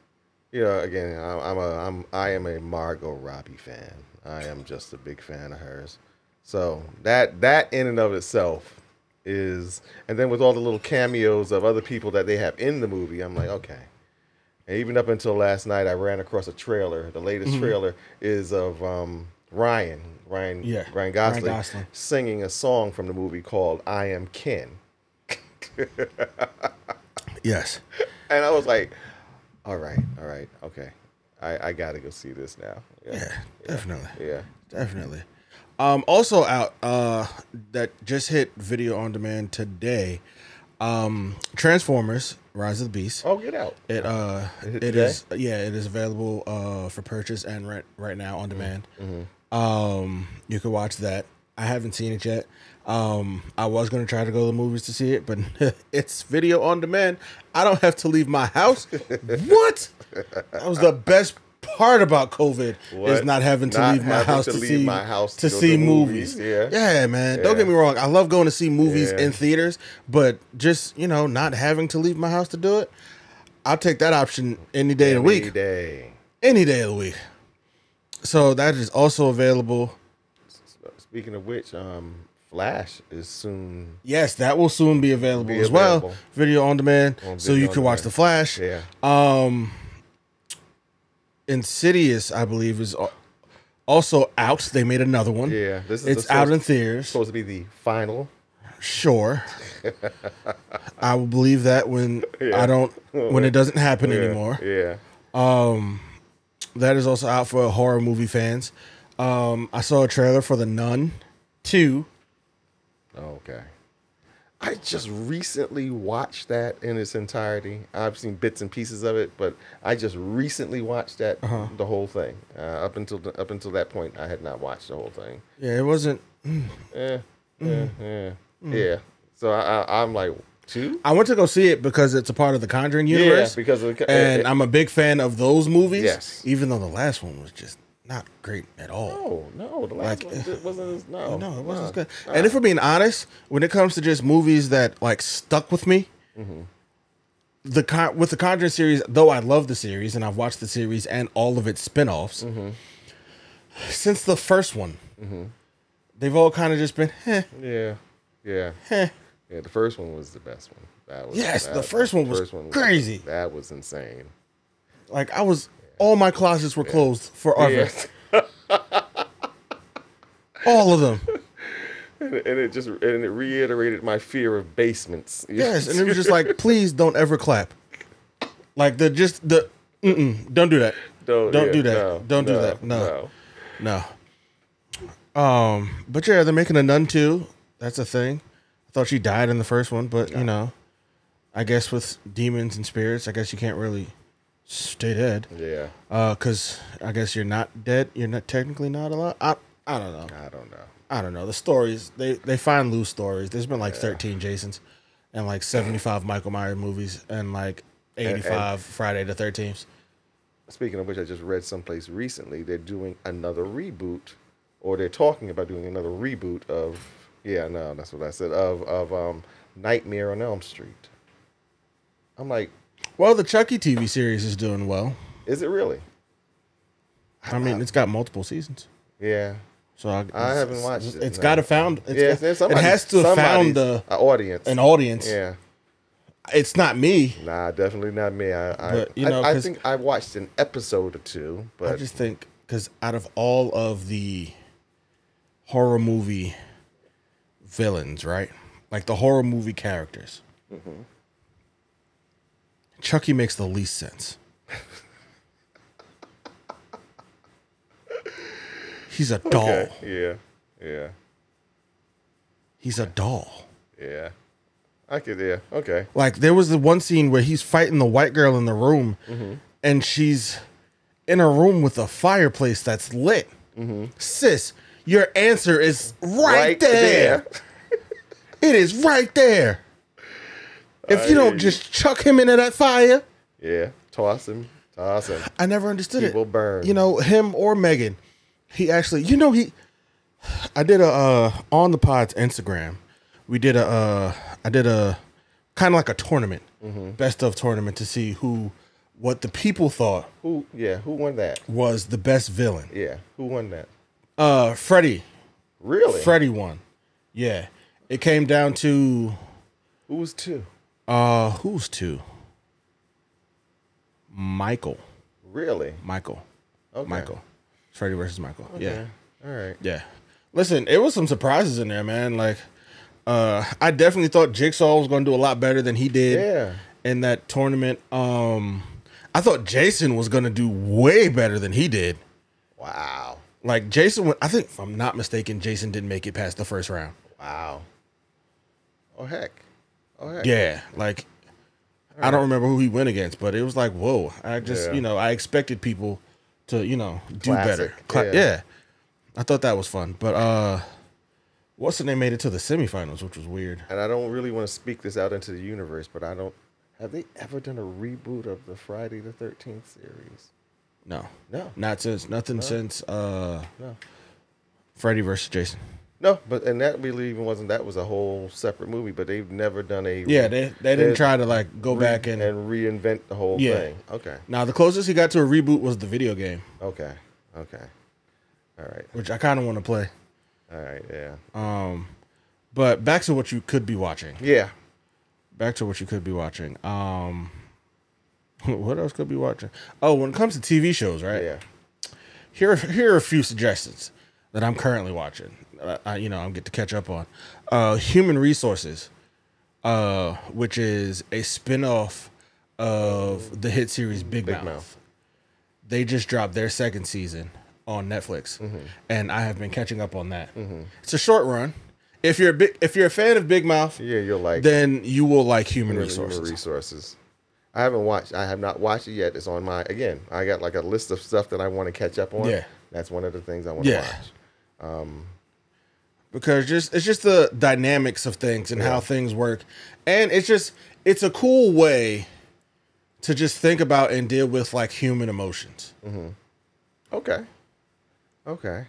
Speaker 2: You know, again, I'm, I'm a I'm I am a Margot Robbie fan. I am just a big fan of hers. So that that in and of itself is, and then with all the little cameos of other people that they have in the movie, I'm like, okay. And even up until last night, I ran across a trailer. The latest
Speaker 1: Mm-hmm.
Speaker 2: trailer is of um, Ryan, Ryan,
Speaker 1: Yeah, Ryan
Speaker 2: Ryan Gosling,
Speaker 1: Gosling.
Speaker 2: singing a song from the movie called "I Am Ken."
Speaker 1: yes.
Speaker 2: And I was like, all right, all right, okay. I, I gotta go see this now. Yeah.
Speaker 1: Yeah, definitely.
Speaker 2: Yeah.
Speaker 1: Definitely. Um, also out uh, that just hit video on demand today. Um, Transformers: Rise of the Beast.
Speaker 2: Oh, get out.
Speaker 1: It uh,
Speaker 2: hit
Speaker 1: it
Speaker 2: today?
Speaker 1: is yeah, it is available uh for purchase and rent right now
Speaker 2: Mm-hmm.
Speaker 1: on demand. Um, you can watch that. I haven't seen it yet. Um, I was gonna try to go to the movies to see it, but <laughs> it's video on demand. I don't have to leave my house.
Speaker 2: <laughs>
Speaker 1: what? That was the best part about COVID is
Speaker 2: What?
Speaker 1: not having to
Speaker 2: Not
Speaker 1: leave my
Speaker 2: having
Speaker 1: house to,
Speaker 2: to leave
Speaker 1: see
Speaker 2: my house
Speaker 1: to
Speaker 2: to go
Speaker 1: see
Speaker 2: to
Speaker 1: movies.
Speaker 2: movies, yeah.
Speaker 1: yeah, man. Don't
Speaker 2: Yeah.
Speaker 1: get me wrong. I love going to see movies
Speaker 2: Yeah.
Speaker 1: in theaters, but just you know, not having to leave my house to do it, I'll take that option any day of the
Speaker 2: Any
Speaker 1: week.
Speaker 2: day.
Speaker 1: Any day of the week. So that is also available.
Speaker 2: Speaking of which, um, Flash is soon.
Speaker 1: Yes, that will soon be available
Speaker 2: Be
Speaker 1: as well.
Speaker 2: available.
Speaker 1: Video on demand,
Speaker 2: On
Speaker 1: so
Speaker 2: video
Speaker 1: you
Speaker 2: on
Speaker 1: can watch
Speaker 2: demand.
Speaker 1: The Flash.
Speaker 2: Yeah.
Speaker 1: Um, Insidious, I believe, is al- also out. They made another one.
Speaker 2: Yeah. This is
Speaker 1: It's
Speaker 2: the-
Speaker 1: out in theaters.
Speaker 2: supposed to be the final. <laughs>
Speaker 1: Sure. I will believe that when
Speaker 2: Yeah.
Speaker 1: I don't when it doesn't happen
Speaker 2: Yeah,
Speaker 1: anymore.
Speaker 2: Yeah.
Speaker 1: That is also out for horror movie fans. Um, I saw a trailer for The Nun 2.
Speaker 2: Oh, Okay. I just recently watched that in its entirety. I've seen bits and pieces of it, but I just recently watched that
Speaker 1: Uh-huh.
Speaker 2: the whole thing. Uh, up until the, up until that point, I had not watched the whole thing.
Speaker 1: Yeah, it wasn't
Speaker 2: Yeah,
Speaker 1: Mm.
Speaker 2: yeah, yeah, Eh, yeah. So I, I, I'm like two.
Speaker 1: I went to go see it because it's a part of the Conjuring universe.
Speaker 2: Yeah, because of the,
Speaker 1: and I'm a big fan of those movies.
Speaker 2: Yes.
Speaker 1: Even though the last one was just not great at all.
Speaker 2: no, no, the last
Speaker 1: Like,
Speaker 2: one di- wasn't as- no,
Speaker 1: No, it wasn't as
Speaker 2: no.
Speaker 1: good. And if we're being honest, when it comes to just movies that like stuck with me,
Speaker 2: Mm-hmm.
Speaker 1: the con- with the Conjuring series, though I love the series and I've watched the series and all of its spin-offs,
Speaker 2: Mm-hmm.
Speaker 1: since the first one, they've all kind of just been, eh,
Speaker 2: Yeah, yeah,
Speaker 1: eh.
Speaker 2: yeah. The first one was the best one. That was
Speaker 1: Yes,
Speaker 2: that-
Speaker 1: the first one was crazy.
Speaker 2: that was insane.
Speaker 1: like I was, all my closets were closed forever,
Speaker 2: Yeah. <laughs>
Speaker 1: all of them.
Speaker 2: and it- and it just and it reiterated my fear of basements. <laughs>
Speaker 1: Yes, and it was just like, please don't ever clap. Like the just the, mm-mm, don't do that.
Speaker 2: don't,
Speaker 1: don't
Speaker 2: yeah,
Speaker 1: do that.
Speaker 2: no,
Speaker 1: don't do that.
Speaker 2: no.
Speaker 1: No. Um, but yeah, they're making a nun too. That's a thing. I thought she died in the first one, but you know, I guess with demons and spirits, I guess you can't really stay dead.
Speaker 2: Yeah,
Speaker 1: Uh, cause I guess you're not dead. You're not technically not alive. I I don't know.
Speaker 2: I don't know.
Speaker 1: I don't know. The stories they they find loose stories. There's been like 13 Jasons, and like 75 Michael Myers movies, and like 85 Friday the 13th.
Speaker 2: Speaking of which, I just read someplace recently they're doing another reboot, or they're talking about doing another reboot of. Yeah, no, that's what I said. Of of um, Nightmare on Elm Street. I'm like,
Speaker 1: Well, the Chucky TV series is doing well.
Speaker 2: is it really?
Speaker 1: I mean, it's got multiple seasons.
Speaker 2: Yeah.
Speaker 1: So I,
Speaker 2: I haven't watched it,
Speaker 1: It's
Speaker 2: no.
Speaker 1: got to found. It's,
Speaker 2: yeah,
Speaker 1: got-
Speaker 2: there's somebody-
Speaker 1: it has to have found
Speaker 2: somebody's-
Speaker 1: a,
Speaker 2: a audience.
Speaker 1: an audience.
Speaker 2: yeah.
Speaker 1: It's not me.
Speaker 2: Nah, definitely not me. I I,
Speaker 1: But, you
Speaker 2: I-
Speaker 1: know,
Speaker 2: I,
Speaker 1: 'cause-
Speaker 2: think I watched an episode or two, but
Speaker 1: I just think because out of all of the horror movie villains, right? Like the horror movie characters,
Speaker 2: Mm-hmm.
Speaker 1: Chucky makes the least
Speaker 2: <laughs>
Speaker 1: sense. He's a doll.
Speaker 2: okay. yeah, yeah,
Speaker 1: He's a doll.
Speaker 2: yeah. I could, yeah, okay.
Speaker 1: Like there was the one scene where he's fighting the white girl in the room, and she's in a room with a fireplace that's lit. Sis, your answer is Mm-hmm. right, there. It is right there. If you
Speaker 2: I-
Speaker 1: don't just chuck him into that fire,
Speaker 2: Yeah, toss him, toss him.
Speaker 1: I never understood
Speaker 2: He
Speaker 1: it.
Speaker 2: will burn.
Speaker 1: You know him or Megan. He actually, you know, he. I did a uh, on the pods Instagram. We did a. Uh, I did a kind of like a tournament,
Speaker 2: Mm-hmm.
Speaker 1: best of tournament to see who, what the people thought
Speaker 2: Who? Yeah, who won that?
Speaker 1: was the best villain.
Speaker 2: Yeah, who won that?
Speaker 1: Uh, Freddy.
Speaker 2: Really?
Speaker 1: Freddy won. Yeah, it came down to
Speaker 2: Who was two?
Speaker 1: uh, who's two. Michael.
Speaker 2: Really?
Speaker 1: Michael.
Speaker 2: Okay.
Speaker 1: Michael. Freddy versus Michael. Yeah.
Speaker 2: All right.
Speaker 1: Yeah. Listen, it was some surprises in there, man. Like, uh, I definitely thought Jigsaw was going to do a lot better than he did
Speaker 2: Yeah.
Speaker 1: in that tournament. Um, I thought Jason was going to do way better than he did.
Speaker 2: Wow.
Speaker 1: Like, Jason, went, I think, if I'm not mistaken, Jason didn't make it past the first round.
Speaker 2: Wow. Oh heck. Oh heck.
Speaker 1: Yeah. Like, I don't remember who he went against, but it was like, whoa. I just,
Speaker 2: Yeah.
Speaker 1: you know, I expected people to, you know, do better.
Speaker 2: Classic.
Speaker 1: Cla-
Speaker 2: Yeah.
Speaker 1: yeah. I thought that was fun. But, uh, what's the name made it to the semifinals, which was weird.
Speaker 2: And I don't really want to speak this out into the universe, but I don't. Have they ever done a reboot of the Friday the Thirteenth series?
Speaker 1: No.
Speaker 2: No.
Speaker 1: Not since nothing since uh
Speaker 2: No.
Speaker 1: Freddy versus Jason.
Speaker 2: No, but and that really even wasn't that was a whole separate movie, but they've never done a
Speaker 1: Yeah, they they didn't
Speaker 2: They-
Speaker 1: try to like go back and,
Speaker 2: and reinvent the whole
Speaker 1: Yeah.
Speaker 2: thing. Okay.
Speaker 1: now the closest he got to a reboot was the video game,
Speaker 2: Okay. Okay. All right.
Speaker 1: which I kind of want to play.
Speaker 2: All right. Yeah.
Speaker 1: Um but back to what you could be watching.
Speaker 2: yeah.
Speaker 1: Back to what you could be watching. Um <laughs> what else could be watching? Oh, when it comes to TV shows, right?
Speaker 2: Yeah.
Speaker 1: Here are, here are a few suggestions that I'm currently watching. that I, you know, I'm get to catch up on. Uh Human Resources. uh, which is a spin-off of the hit series Big, Mouth.
Speaker 2: Mouth.
Speaker 1: They just dropped their second season on Netflix,
Speaker 2: Mm-hmm.
Speaker 1: and I have been catching up on that. It's a short run. If you're a big, if you're a fan of Big Mouth,
Speaker 2: Yeah. You're like
Speaker 1: then you will like Human
Speaker 2: human
Speaker 1: Resources.
Speaker 2: resources. I haven't watched. I have not watched it yet. It's on my again. I got like a list of stuff that I want to catch up on.
Speaker 1: Yeah.
Speaker 2: That's one of the things I want to
Speaker 1: Yeah.
Speaker 2: watch.
Speaker 1: because just it's just the dynamics of things and how things work and it's just it's a cool way to just think about and deal with like human emotions
Speaker 2: Mm-hmm. Okay. Okay.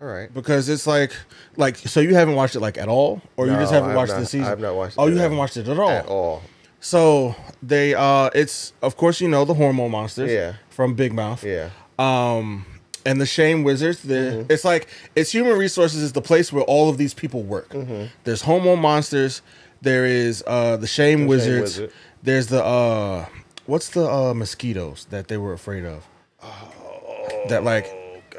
Speaker 2: All right.
Speaker 1: because it's like like so you haven't watched it like at all or you just
Speaker 2: No,
Speaker 1: haven't
Speaker 2: I've
Speaker 1: watched
Speaker 2: not-
Speaker 1: the season
Speaker 2: I've not watched
Speaker 1: oh
Speaker 2: it
Speaker 1: you
Speaker 2: at
Speaker 1: haven't
Speaker 2: all.
Speaker 1: watched it at all.
Speaker 2: At all.
Speaker 1: so they uh it's of course you know the hormone monsters
Speaker 2: Yeah.
Speaker 1: from big mouth
Speaker 2: Yeah.
Speaker 1: um and the shame wizards the
Speaker 2: Mm-hmm.
Speaker 1: it's like it's human resources is the place where all of these people work
Speaker 2: Mm-hmm.
Speaker 1: there's hormone monsters there is uh the shame wizards
Speaker 2: Wizard.
Speaker 1: there's the uh what's the uh mosquitoes that they were afraid of that like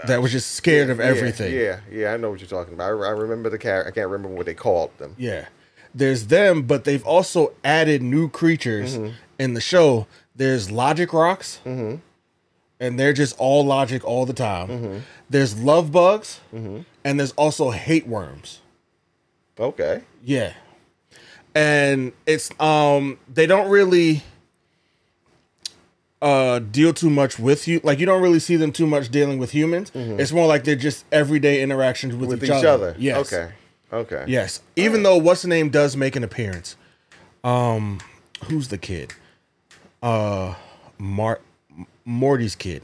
Speaker 1: that was just scared of
Speaker 2: Oh, Yeah,
Speaker 1: everything
Speaker 2: Yeah, yeah, I know what you're talking about. I, re- I remember the character. I can't remember what they called them.
Speaker 1: Yeah. There's them, but they've also added new creatures
Speaker 2: Mm-hmm.
Speaker 1: in the show. There's Logic Rocks, and they're just all logic all the time.
Speaker 2: Mm-hmm.
Speaker 1: There's Love Bugs, and there's also Hate Worms.
Speaker 2: Okay.
Speaker 1: Yeah. And it's um they don't really uh deal too much with you. Like you don't really see them too much dealing with humans. It's more like they're just everyday interactions with,
Speaker 2: Mm-hmm. With
Speaker 1: each,
Speaker 2: each other.
Speaker 1: other. Yes.
Speaker 2: Okay. Okay.
Speaker 1: Yes. Even though what's the name does make an appearance. Um, who's the kid? Uh, Mar- M- Morty's kid.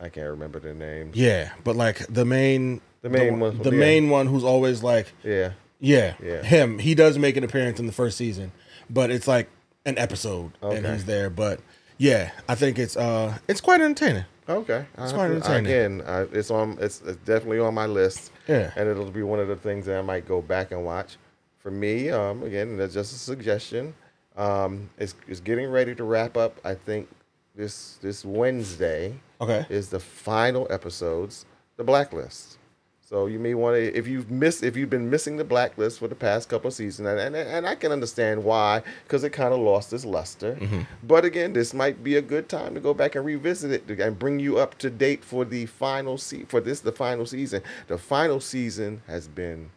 Speaker 2: I can't remember their names.
Speaker 1: Yeah, but like the main,
Speaker 2: The main
Speaker 1: one,
Speaker 2: one,
Speaker 1: the
Speaker 2: yeah.
Speaker 1: main one who's always like,
Speaker 2: Yeah.
Speaker 1: Yeah,
Speaker 2: Yeah.
Speaker 1: him. He does make an appearance in the first season, but it's like an episode, and
Speaker 2: Okay.
Speaker 1: he's there. But yeah, I think it's uh, it's quite entertaining.
Speaker 2: Okay, I have
Speaker 1: quite
Speaker 2: to-
Speaker 1: entertaining.
Speaker 2: again, I, it's on. It's, it's definitely on my list.
Speaker 1: Yeah.
Speaker 2: and it'll be one of the things that I might go back and watch. For me, um, again, that's just a suggestion. Um, it's, it's getting ready to wrap up. I think this this Wednesday
Speaker 1: Okay.
Speaker 2: is the final episodes, the Blacklist. So you may want to, if you've missed, if you've been missing the Blacklist for the past couple of seasons, and, and and I can understand why, because it kind of lost its luster.
Speaker 1: Mm-hmm.
Speaker 2: But again, this might be a good time to go back and revisit it and bring you up to date for the final se- for this the final season. The final season has been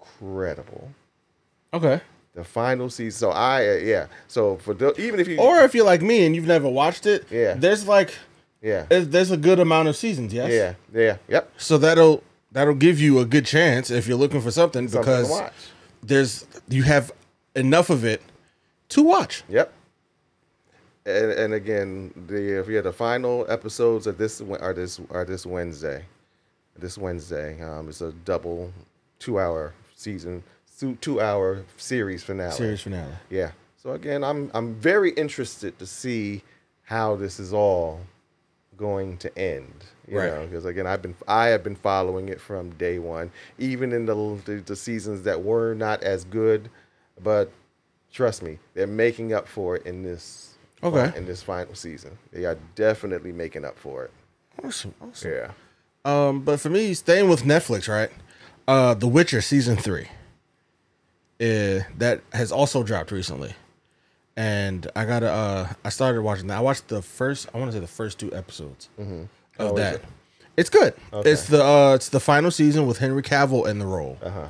Speaker 2: incredible.
Speaker 1: Okay.
Speaker 2: The final season. So I, uh, yeah. So for the, even if you,
Speaker 1: Or if you're like me and you've never watched it,
Speaker 2: Yeah.
Speaker 1: there's like
Speaker 2: yeah,
Speaker 1: there's there's a good amount of seasons. Yes.
Speaker 2: yeah, yeah, yep.
Speaker 1: So that'll that'll give you a good chance if you're looking for something
Speaker 2: Something to
Speaker 1: because
Speaker 2: watch.
Speaker 1: there's you have enough of it to watch.
Speaker 2: Yep. And, and again, the if you had the final episodes of this are this are this Wednesday, this Wednesday. Um, it's a double two hour season, two two hour series finale.
Speaker 1: Series finale.
Speaker 2: Yeah. So again, I'm I'm very interested to see how this is all going to end. You
Speaker 1: Right.
Speaker 2: Because again, I've been I have been following it from day one, even in the, the the seasons that were not as good, but trust me, they're making up for it in this
Speaker 1: Okay.
Speaker 2: in this final season. They are definitely making up for it.
Speaker 1: Awesome. Awesome.
Speaker 2: Yeah.
Speaker 1: Um, but for me, staying with Netflix, right? Uh, The Witcher season three. Uh, that has also dropped recently, and I gotta. Uh, I started watching that. I watched the first. I want to say the first two episodes of
Speaker 2: How Mm-hmm. Oh, is
Speaker 1: that.
Speaker 2: it?
Speaker 1: It's good. It's the uh, it's the final season with Henry Cavill in the role
Speaker 2: Uh-huh.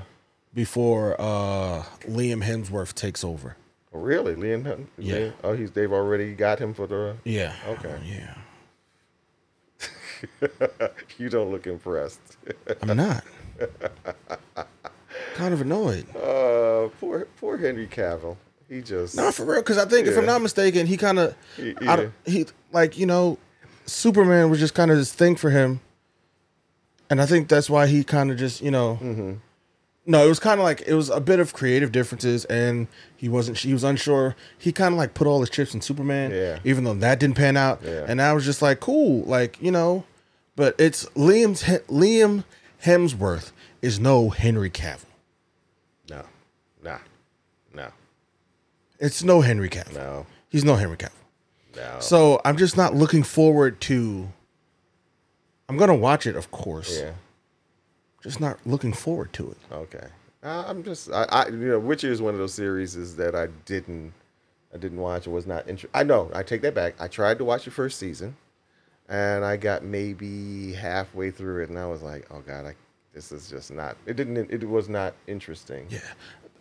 Speaker 1: before uh, Liam Hemsworth takes over.
Speaker 2: Oh, Really, Liam? Hemsworth?
Speaker 1: Yeah.
Speaker 2: Liam- Oh, he's they've already got him for the. <laughs>
Speaker 1: Yeah.
Speaker 2: Okay.
Speaker 1: Yeah.
Speaker 2: You don't look impressed.
Speaker 1: I'm
Speaker 2: <laughs>
Speaker 1: not. kind of annoyed.
Speaker 2: Uh, poor poor Henry Cavill. He just
Speaker 1: No, for real. Because I think, if I'm
Speaker 2: Yeah.
Speaker 1: not mistaken, he kind of,
Speaker 2: Y- yeah.
Speaker 1: he like you know, Superman was just kind of this thing for him, and I think that's why he kind of just you know,
Speaker 2: Mm-hmm.
Speaker 1: no, it was kind of like it was a bit of creative differences, and he wasn't he was unsure. He kind of like put all his chips in Superman,
Speaker 2: Yeah.
Speaker 1: even though that didn't pan out,
Speaker 2: Yeah.
Speaker 1: and I was just like, cool, like you know, but it's Liam's Liam Hemsworth is no Henry Cavill.
Speaker 2: No, nah, no,
Speaker 1: It's no Henry Cavill.
Speaker 2: no,
Speaker 1: He's no Henry Cavill.
Speaker 2: no.
Speaker 1: So I'm just not looking forward to. I'm gonna watch it, of course.
Speaker 2: yeah,
Speaker 1: Just not looking forward to it.
Speaker 2: okay. I, I'm just, I, I, you know, Witcher is one of those series is that I didn't, I didn't watch. and was not interested. I know. I take that back. I tried to watch the first season, and I got maybe halfway through it, and I was like, oh god, I, this is just not. It didn't. It was not interesting.
Speaker 1: Yeah.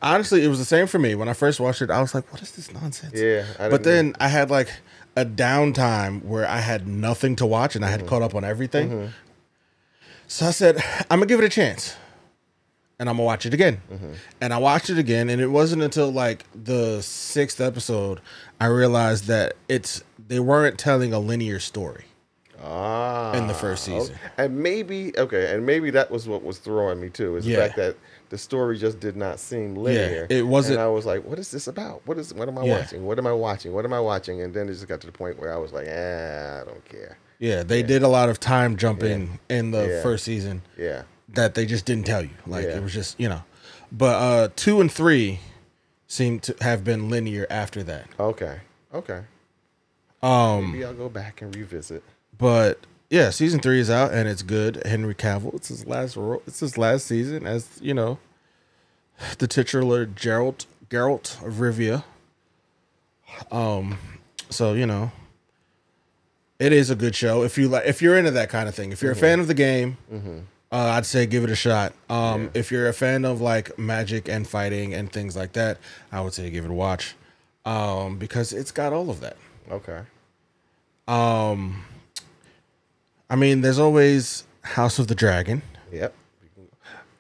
Speaker 1: Honestly, it was the same for me when I first watched it. I was like, "What is this nonsense?"
Speaker 2: Yeah, I
Speaker 1: but
Speaker 2: didn't-
Speaker 1: then I had like a downtime where I had nothing to watch and I
Speaker 2: Mm-hmm.
Speaker 1: had caught up on everything. So I said, "I'm gonna give it a chance." and I'm gonna watch it again.
Speaker 2: Mm-hmm.
Speaker 1: And I watched it again, and it wasn't until like the sixth episode I realized that it's they weren't telling a linear story.
Speaker 2: Ah,
Speaker 1: in the first
Speaker 2: okay.
Speaker 1: season.
Speaker 2: and maybe okay, and maybe that was what was throwing me too is
Speaker 1: Yeah.
Speaker 2: the fact that the story just did not seem linear.
Speaker 1: it wasn't-
Speaker 2: And I was like, what is this about? What is? What am I
Speaker 1: Yeah.
Speaker 2: watching? What am I watching? What am I watching? And then it just got to the point where I was like, ah, I don't care.
Speaker 1: Yeah, they did a lot of time jumping in the
Speaker 2: Yeah.
Speaker 1: first season
Speaker 2: Yeah,
Speaker 1: that they just didn't tell you. Like
Speaker 2: Yeah.
Speaker 1: it was just you know, but uh two and three seem to have been linear after that.
Speaker 2: okay, okay.
Speaker 1: Um,
Speaker 2: Maybe I'll go back and revisit.
Speaker 1: but yeah, season three is out and it's good. Henry Cavill, it's his last role. It's his last season as you know, the titular Gerald Geralt of Rivia. Um, so you know, it is a good show if you like. If you're into that kind of thing, if you're a fan of the game, uh, I'd say give it a shot. Um, If you're a fan of like magic and fighting and things like that, I would say give it a watch, um, because it's got all of that.
Speaker 2: Okay,
Speaker 1: I mean, there's always House of the Dragon.
Speaker 2: yep.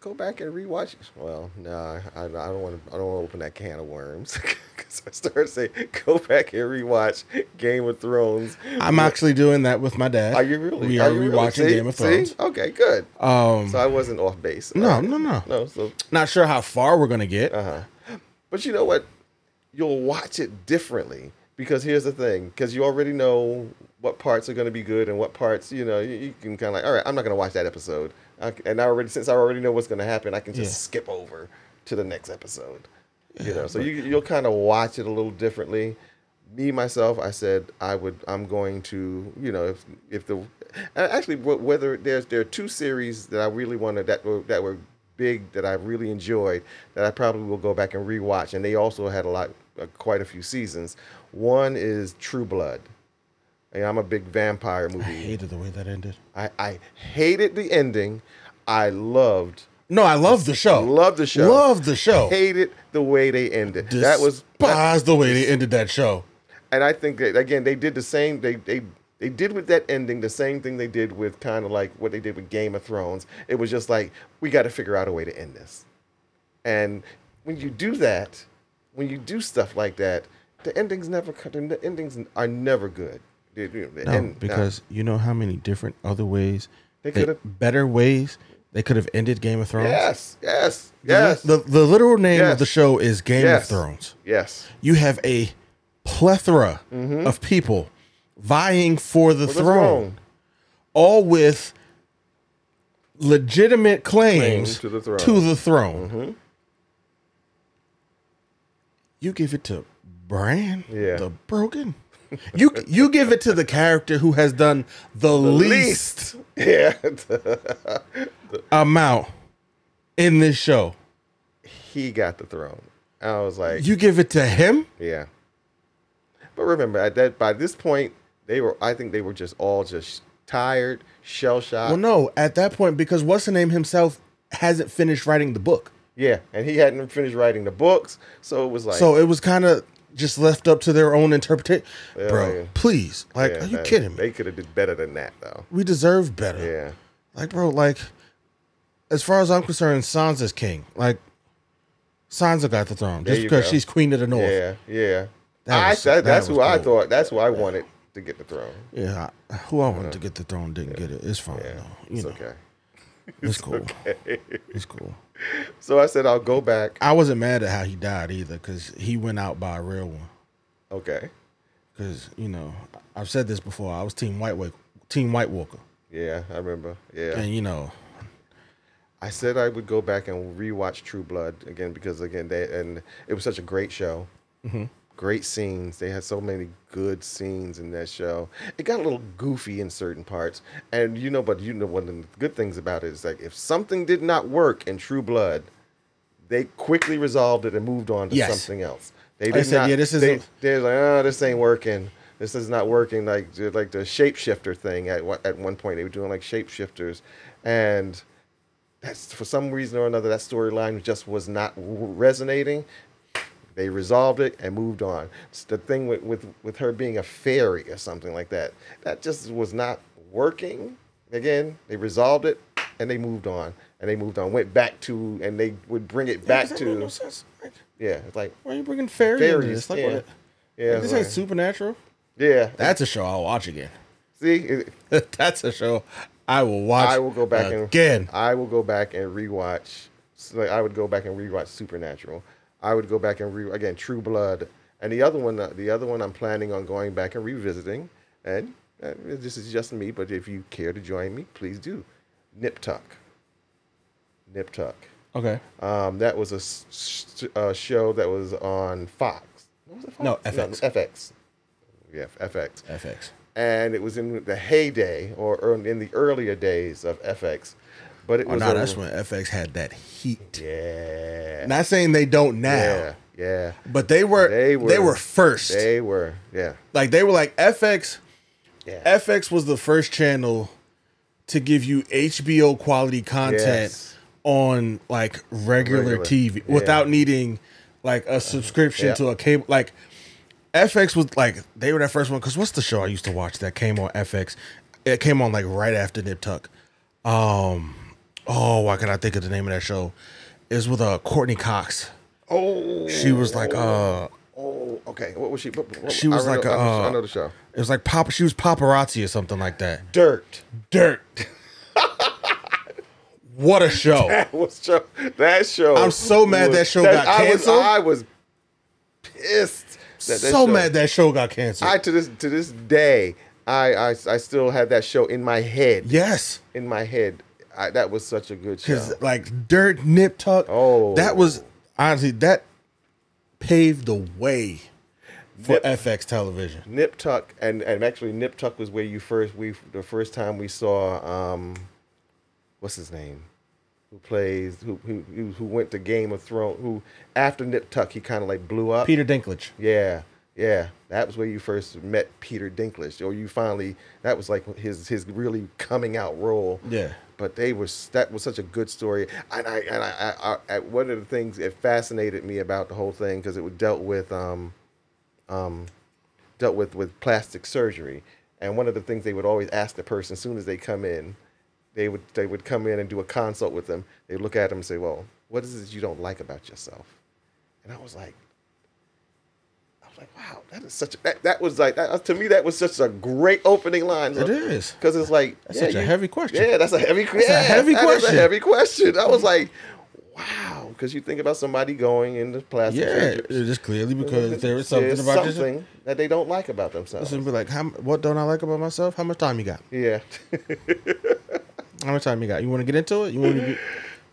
Speaker 2: go back and rewatch. it. Well, no, I, I don't want to. I don't want to open that can of worms <laughs> because I started saying go back and rewatch Game of Thrones.
Speaker 1: I'm actually doing that with my dad.
Speaker 2: Are you really?
Speaker 1: We are,
Speaker 2: you really?
Speaker 1: rewatching
Speaker 2: See?
Speaker 1: Game of
Speaker 2: See?
Speaker 1: Thrones.
Speaker 2: Okay, good.
Speaker 1: Um,
Speaker 2: so I wasn't off base.
Speaker 1: no,
Speaker 2: All right.
Speaker 1: no, no.
Speaker 2: no. So
Speaker 1: Not sure how far we're gonna get.
Speaker 2: Uh-huh. But you know what? You'll watch it differently because here's the thing: because you already know what parts are going to be good and what parts, you know, you, you can kind of like, all right, I'm not going to watch that episode, I c and I already since I already know what's going to happen, I can just
Speaker 1: Yeah.
Speaker 2: skip over to the next episode. you know, so you you'll kind of watch it a little differently. Me myself, I said I would. I'm going to, you know, if if the and actually wh- whether there's there are two series that I really wanted that were that were big that I really enjoyed that I probably will go back and rewatch, and they also had a lot, uh, quite a few seasons. One is True Blood. And I'm a big vampire movie.
Speaker 1: I hated the way that ended.
Speaker 2: I, I hated the ending. I loved
Speaker 1: No, I love the show.
Speaker 2: Loved the show.
Speaker 1: Love Oh, the show.
Speaker 2: hated the way they ended. that was that-
Speaker 1: Despise the way they ended that show.
Speaker 2: and I think that again they did the same. They they they did with that ending the same thing they did with kind of like what they did with Game of Thrones. It was just like we got to figure out a way to end this. And when you do that, when you do stuff like that, the endings never co- the endings are never good. The- the- the
Speaker 1: No,
Speaker 2: end-
Speaker 1: because you know how many different other ways,
Speaker 2: uh, They
Speaker 1: that-
Speaker 2: could've-
Speaker 1: better ways they could have ended Game of Thrones.
Speaker 2: yes, yes,
Speaker 1: The-
Speaker 2: yes,
Speaker 1: The, the literal name
Speaker 2: Yes.
Speaker 1: of the show is Game
Speaker 2: Yes.
Speaker 1: of Thrones.
Speaker 2: yes.
Speaker 1: You have a plethora of people vying for the,
Speaker 2: Well, that's
Speaker 1: throne,
Speaker 2: wrong.
Speaker 1: all with legitimate claims
Speaker 2: Claims to the throne.
Speaker 1: to the throne. You give it to Bran,
Speaker 2: Yeah.
Speaker 1: the broken. You you give it to the character who has done the, least
Speaker 2: Least, <laughs> yeah.
Speaker 1: amount in this show.
Speaker 2: he got the throne. I was like,
Speaker 1: You give it to him.
Speaker 2: Yeah. But remember, at that by this point, they were. I think they were just all just tired, shell shocked.
Speaker 1: Well, no, at that point, because what's the name himself hasn't finished writing the book,
Speaker 2: Yeah, and he hadn't finished writing the books, so it was like,
Speaker 1: so it was kind of just left up to their own interpretation.
Speaker 2: Yeah,
Speaker 1: Bro,
Speaker 2: yeah.
Speaker 1: please, like,
Speaker 2: yeah,
Speaker 1: are you
Speaker 2: that-
Speaker 1: kidding me?
Speaker 2: They could have did better than that, though.
Speaker 1: we deserve better.
Speaker 2: Yeah,
Speaker 1: Like, bro, like, as far as I'm concerned, Sansa's king. Like, Sansa got the throne just
Speaker 2: you
Speaker 1: because
Speaker 2: go.
Speaker 1: she's queen of the north. Yeah,
Speaker 2: yeah, yeah.
Speaker 1: That
Speaker 2: I,
Speaker 1: was-
Speaker 2: that,
Speaker 1: that
Speaker 2: that's
Speaker 1: was
Speaker 2: who I
Speaker 1: dope.
Speaker 2: thought. That's who I wanted to get the throne.
Speaker 1: I- who I wanted to get the throne didn't get it. It's fine
Speaker 2: Uh-huh. Yeah,
Speaker 1: though. You
Speaker 2: it's
Speaker 1: know,
Speaker 2: okay. <laughs>
Speaker 1: it's cool. It's cool.
Speaker 2: So I said I'll go back.
Speaker 1: I wasn't mad at how he died either because he went out by a real one.
Speaker 2: Okay.
Speaker 1: Because you know, I've said this before. I was Team White Walker, Team White Walker,
Speaker 2: Yeah, I remember. Yeah.
Speaker 1: and you know,
Speaker 2: I said I would go back and rewatch True Blood again because again they and it was such a great show, great scenes. They had so many good scenes in that show. It got a little goofy in certain parts, and you know, but you know, one of the good things about it is like if something did not work in True Blood, they quickly resolved it and moved on to
Speaker 1: Yes.
Speaker 2: something else. They
Speaker 1: I
Speaker 2: did
Speaker 1: said,
Speaker 2: not.
Speaker 1: yeah, this is
Speaker 2: they,
Speaker 1: a-
Speaker 2: they're like, oh, this ain't working. This is not working. Like the- like the shapeshifter thing at one- at one point they were doing like shapeshifters, and that's for some reason or another that storyline just was not w- resonating. They resolved it and moved on. It's the thing with, with with her being a fairy or something like that that just was not working. Again, they resolved it and they moved on and they moved on. Went back to and they would bring it back
Speaker 1: Does that make
Speaker 2: to
Speaker 1: no sense? Like,
Speaker 2: yeah. It's like
Speaker 1: why are you bringing fairy
Speaker 2: fairies.
Speaker 1: into this? Like,
Speaker 2: yeah.
Speaker 1: what?
Speaker 2: yeah,
Speaker 1: Like, this
Speaker 2: right.
Speaker 1: ain't supernatural.
Speaker 2: yeah.
Speaker 1: That's a show I'll watch again. <laughs>
Speaker 2: See, it-
Speaker 1: That's a show I will watch.
Speaker 2: I will go back and
Speaker 1: again.
Speaker 2: I will go back and rewatch. so, Like I would go back and rewatch Supernatural. I would go back and re again True Blood, and the other one. uh, The other one I'm planning on going back and revisiting. And uh, this is just me, but if you care to join me, please do. Nip Tuck. Nip Tuck.
Speaker 1: okay.
Speaker 2: Um, that was a s- s- uh, show that was on Fox. What was it, Fox?
Speaker 1: No, FX.
Speaker 2: FX. Yeah, FX
Speaker 1: FX.
Speaker 2: and it was in the heyday or, or in the earlier days of FX. But it
Speaker 1: Oh
Speaker 2: was
Speaker 1: no,
Speaker 2: a-
Speaker 1: that's when FX had that heat.
Speaker 2: yeah,
Speaker 1: Not saying they don't now,
Speaker 2: yeah, yeah.
Speaker 1: but they were they were, first.
Speaker 2: They were yeah,
Speaker 1: like they were like FX.
Speaker 2: yeah.
Speaker 1: FX was the first channel to give you HBO quality content
Speaker 2: Yes.
Speaker 1: on like regular,
Speaker 2: Regular,
Speaker 1: TV
Speaker 2: yeah. Uh,
Speaker 1: without needing like a subscription
Speaker 2: yeah.
Speaker 1: to a cable. Like FX was like they were that first one because what's the show I used to watch that came on FX? It came on like right after Nip Tuck. Um, oh, why can I think of the name of that show? Is with uh Courtney Cox.
Speaker 2: Oh,
Speaker 1: She was like uh
Speaker 2: oh, okay. What was she? What, what-
Speaker 1: She was
Speaker 2: I know-
Speaker 1: like
Speaker 2: I know,
Speaker 1: a, uh,
Speaker 2: I know the show.
Speaker 1: it was like pop. She was paparazzi or something like that.
Speaker 2: Dirt.
Speaker 1: Dirt. what a show!
Speaker 2: That was show. That show.
Speaker 1: I'm so mad that show got canceled.
Speaker 2: I was, I was pissed. That that
Speaker 1: so
Speaker 2: show-
Speaker 1: mad that show got canceled.
Speaker 2: I to this to this day, I I, I still have that show in my head.
Speaker 1: yes,
Speaker 2: In my head, I, that was such a good show.
Speaker 1: because like dirt nip tuck.
Speaker 2: Oh.
Speaker 1: that was honestly that paved the way for
Speaker 2: Nip-
Speaker 1: FX television.
Speaker 2: Nip Tuck and and actually Nip Tuck was where you first we the first time we saw um, what's his name, who plays who who who- who went to Game of Thrones who after Nip Tuck he kind of like blew up.
Speaker 1: Peter Dinklage.
Speaker 2: Yeah, yeah. That was where you first met Peter Dinklage, or you finally that was like his his really coming out role.
Speaker 1: Yeah.
Speaker 2: But they were that was such a good story, and I and I, I, I one of the things that fascinated me about the whole thing because it was dealt with um dealt with with plastic surgery. And one of the things they would always ask the person as soon as they come in, they would they would come in and do a consult with them. They look at them and say, "Well, what is it you don't like about yourself?" And I was like, I was like, "Wow, that is such a, that that was like that, to me that was such a great opening line."
Speaker 1: It is.
Speaker 2: because it's like
Speaker 1: That's such a heavy question.
Speaker 2: Yeah, that's a heavy question.
Speaker 1: a heavy question.
Speaker 2: a heavy question. I was like, "Wow," because you think about somebody going into plastic
Speaker 1: Yeah, it
Speaker 2: surgery.
Speaker 1: is clearly because there is something
Speaker 2: There's
Speaker 1: about this.
Speaker 2: something that they don't like about themselves.
Speaker 1: Listen, be like, how, what don't I like about myself? How much time you got?
Speaker 2: Yeah. <laughs>
Speaker 1: How much time you got? You want to get into it? You want to
Speaker 2: <gasps>
Speaker 1: be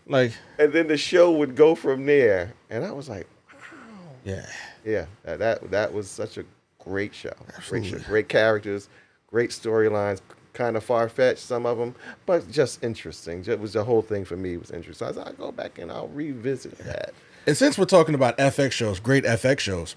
Speaker 1: like,
Speaker 2: and then the show would go from there. And I was like,
Speaker 1: yeah,
Speaker 2: yeah, that that, that was such a great show. Great, show.
Speaker 1: Absolutely.
Speaker 2: great characters, great storylines, kind of far fetched, some of them, but just interesting. It was the whole thing for me was interesting. So I said, I'll go back and I'll revisit that.
Speaker 1: And since we're talking about FX shows, great FX shows,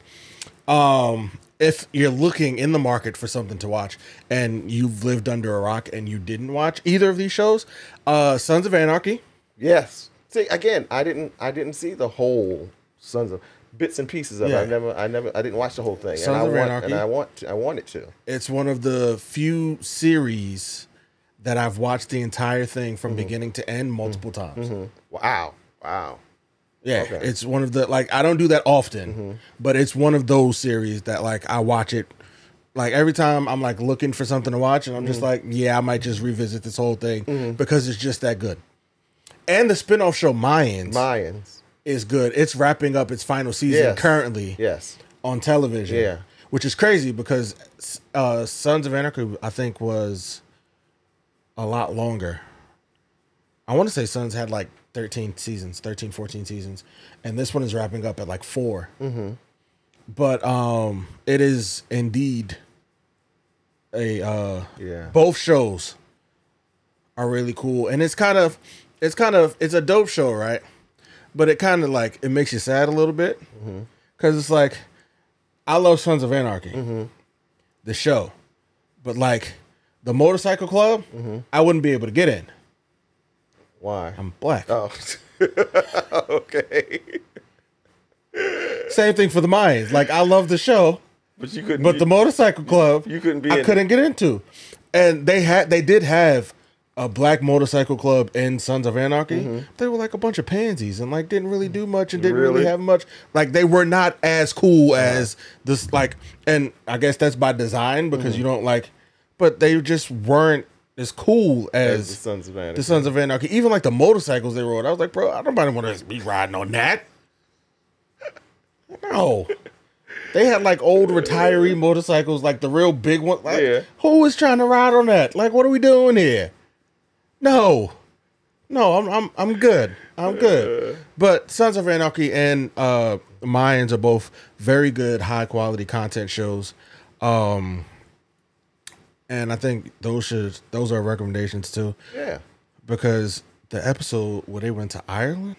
Speaker 1: um, if you're looking in the market for something to watch and you've lived under a rock and you didn't watch either of these shows, uh, Sons of Anarchy,
Speaker 2: Yes. See, again, I didn't I didn't see the whole Sons of bits and pieces of it. I
Speaker 1: Yeah.
Speaker 2: never I never I didn't watch the whole thing. and
Speaker 1: Sons
Speaker 2: I
Speaker 1: of
Speaker 2: want
Speaker 1: Anarchy.
Speaker 2: and I want to, I wanted to.
Speaker 1: it's one of the few series that I've watched the entire thing from beginning to end multiple times.
Speaker 2: Wow. Wow.
Speaker 1: Yeah,
Speaker 2: Okay. Mm-hmm.
Speaker 1: it's one of the like I don't do that often, but it's one of those series that like I watch it like every time I'm like looking for something to watch and I'm
Speaker 2: Mm-hmm.
Speaker 1: just like, yeah, I might just revisit this whole thing because it's just that good. And the spin-off show Mayans
Speaker 2: Mayans.
Speaker 1: is good. It's wrapping up its final season
Speaker 2: Yes.
Speaker 1: currently
Speaker 2: Yes.
Speaker 1: on television.
Speaker 2: Yeah.
Speaker 1: Which is crazy because uh Sons of Anarchy I think was a lot longer. I want to say Sons had like 13 seasons, 13 14 seasons and this one is wrapping up at like 4. Mm-hmm. But um it is indeed a uh
Speaker 2: Yeah.
Speaker 1: both shows are really cool and it's kind of it's kind of it's a dope show right but it kind of like it makes you sad a little bit
Speaker 2: Mm-hmm.
Speaker 1: because it's like i love sons of anarchy
Speaker 2: Mm-hmm.
Speaker 1: the show but like the motorcycle club
Speaker 2: Mm-hmm.
Speaker 1: i wouldn't be able to get in
Speaker 2: Why?
Speaker 1: i'm black
Speaker 2: oh. <laughs> okay.
Speaker 1: same thing for the mayans like i love the show
Speaker 2: But you couldn't.
Speaker 1: but the motorcycle club
Speaker 2: you couldn't be
Speaker 1: i
Speaker 2: in-
Speaker 1: couldn't get into and they had they did have a black motorcycle club in sons of anarchy
Speaker 2: Mm-hmm.
Speaker 1: they were like a bunch of pansies and like didn't really do much and didn't really,
Speaker 2: Really?
Speaker 1: have much like they were not as cool as this like and i guess that's by design because
Speaker 2: Mm-hmm.
Speaker 1: you don't like but they just weren't as cool
Speaker 2: as the
Speaker 1: as
Speaker 2: Sons of Anarchy.
Speaker 1: the sons of anarchy even like the motorcycles they rode i was like bro i don't want to be riding on that no they had like old retiree motorcycles like the real big one like
Speaker 2: Yeah.
Speaker 1: who is trying to ride on that like what are we doing here no no i'm i'm, I'm good i'm good but sons of anarchy and uh mayans are both very good high quality content shows um and i think those should those are recommendations too
Speaker 2: yeah.
Speaker 1: because the episode where they went to Ireland,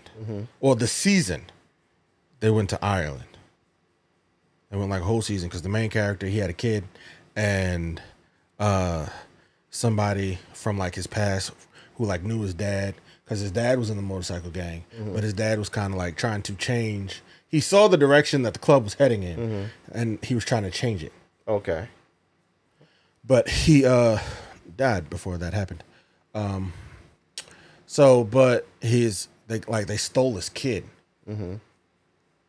Speaker 1: well, the season they went to Ireland. They went like a whole season because the main character he had a kid, and uh, somebody from like his past who like knew his dad because his dad was in the motorcycle gang, but his dad was kind of like trying to change. He saw the direction that the club was heading in, and he was trying to change it
Speaker 2: Okay.
Speaker 1: but he uh died before that happened um So, but his they like they stole his kid,
Speaker 2: Mm-hmm.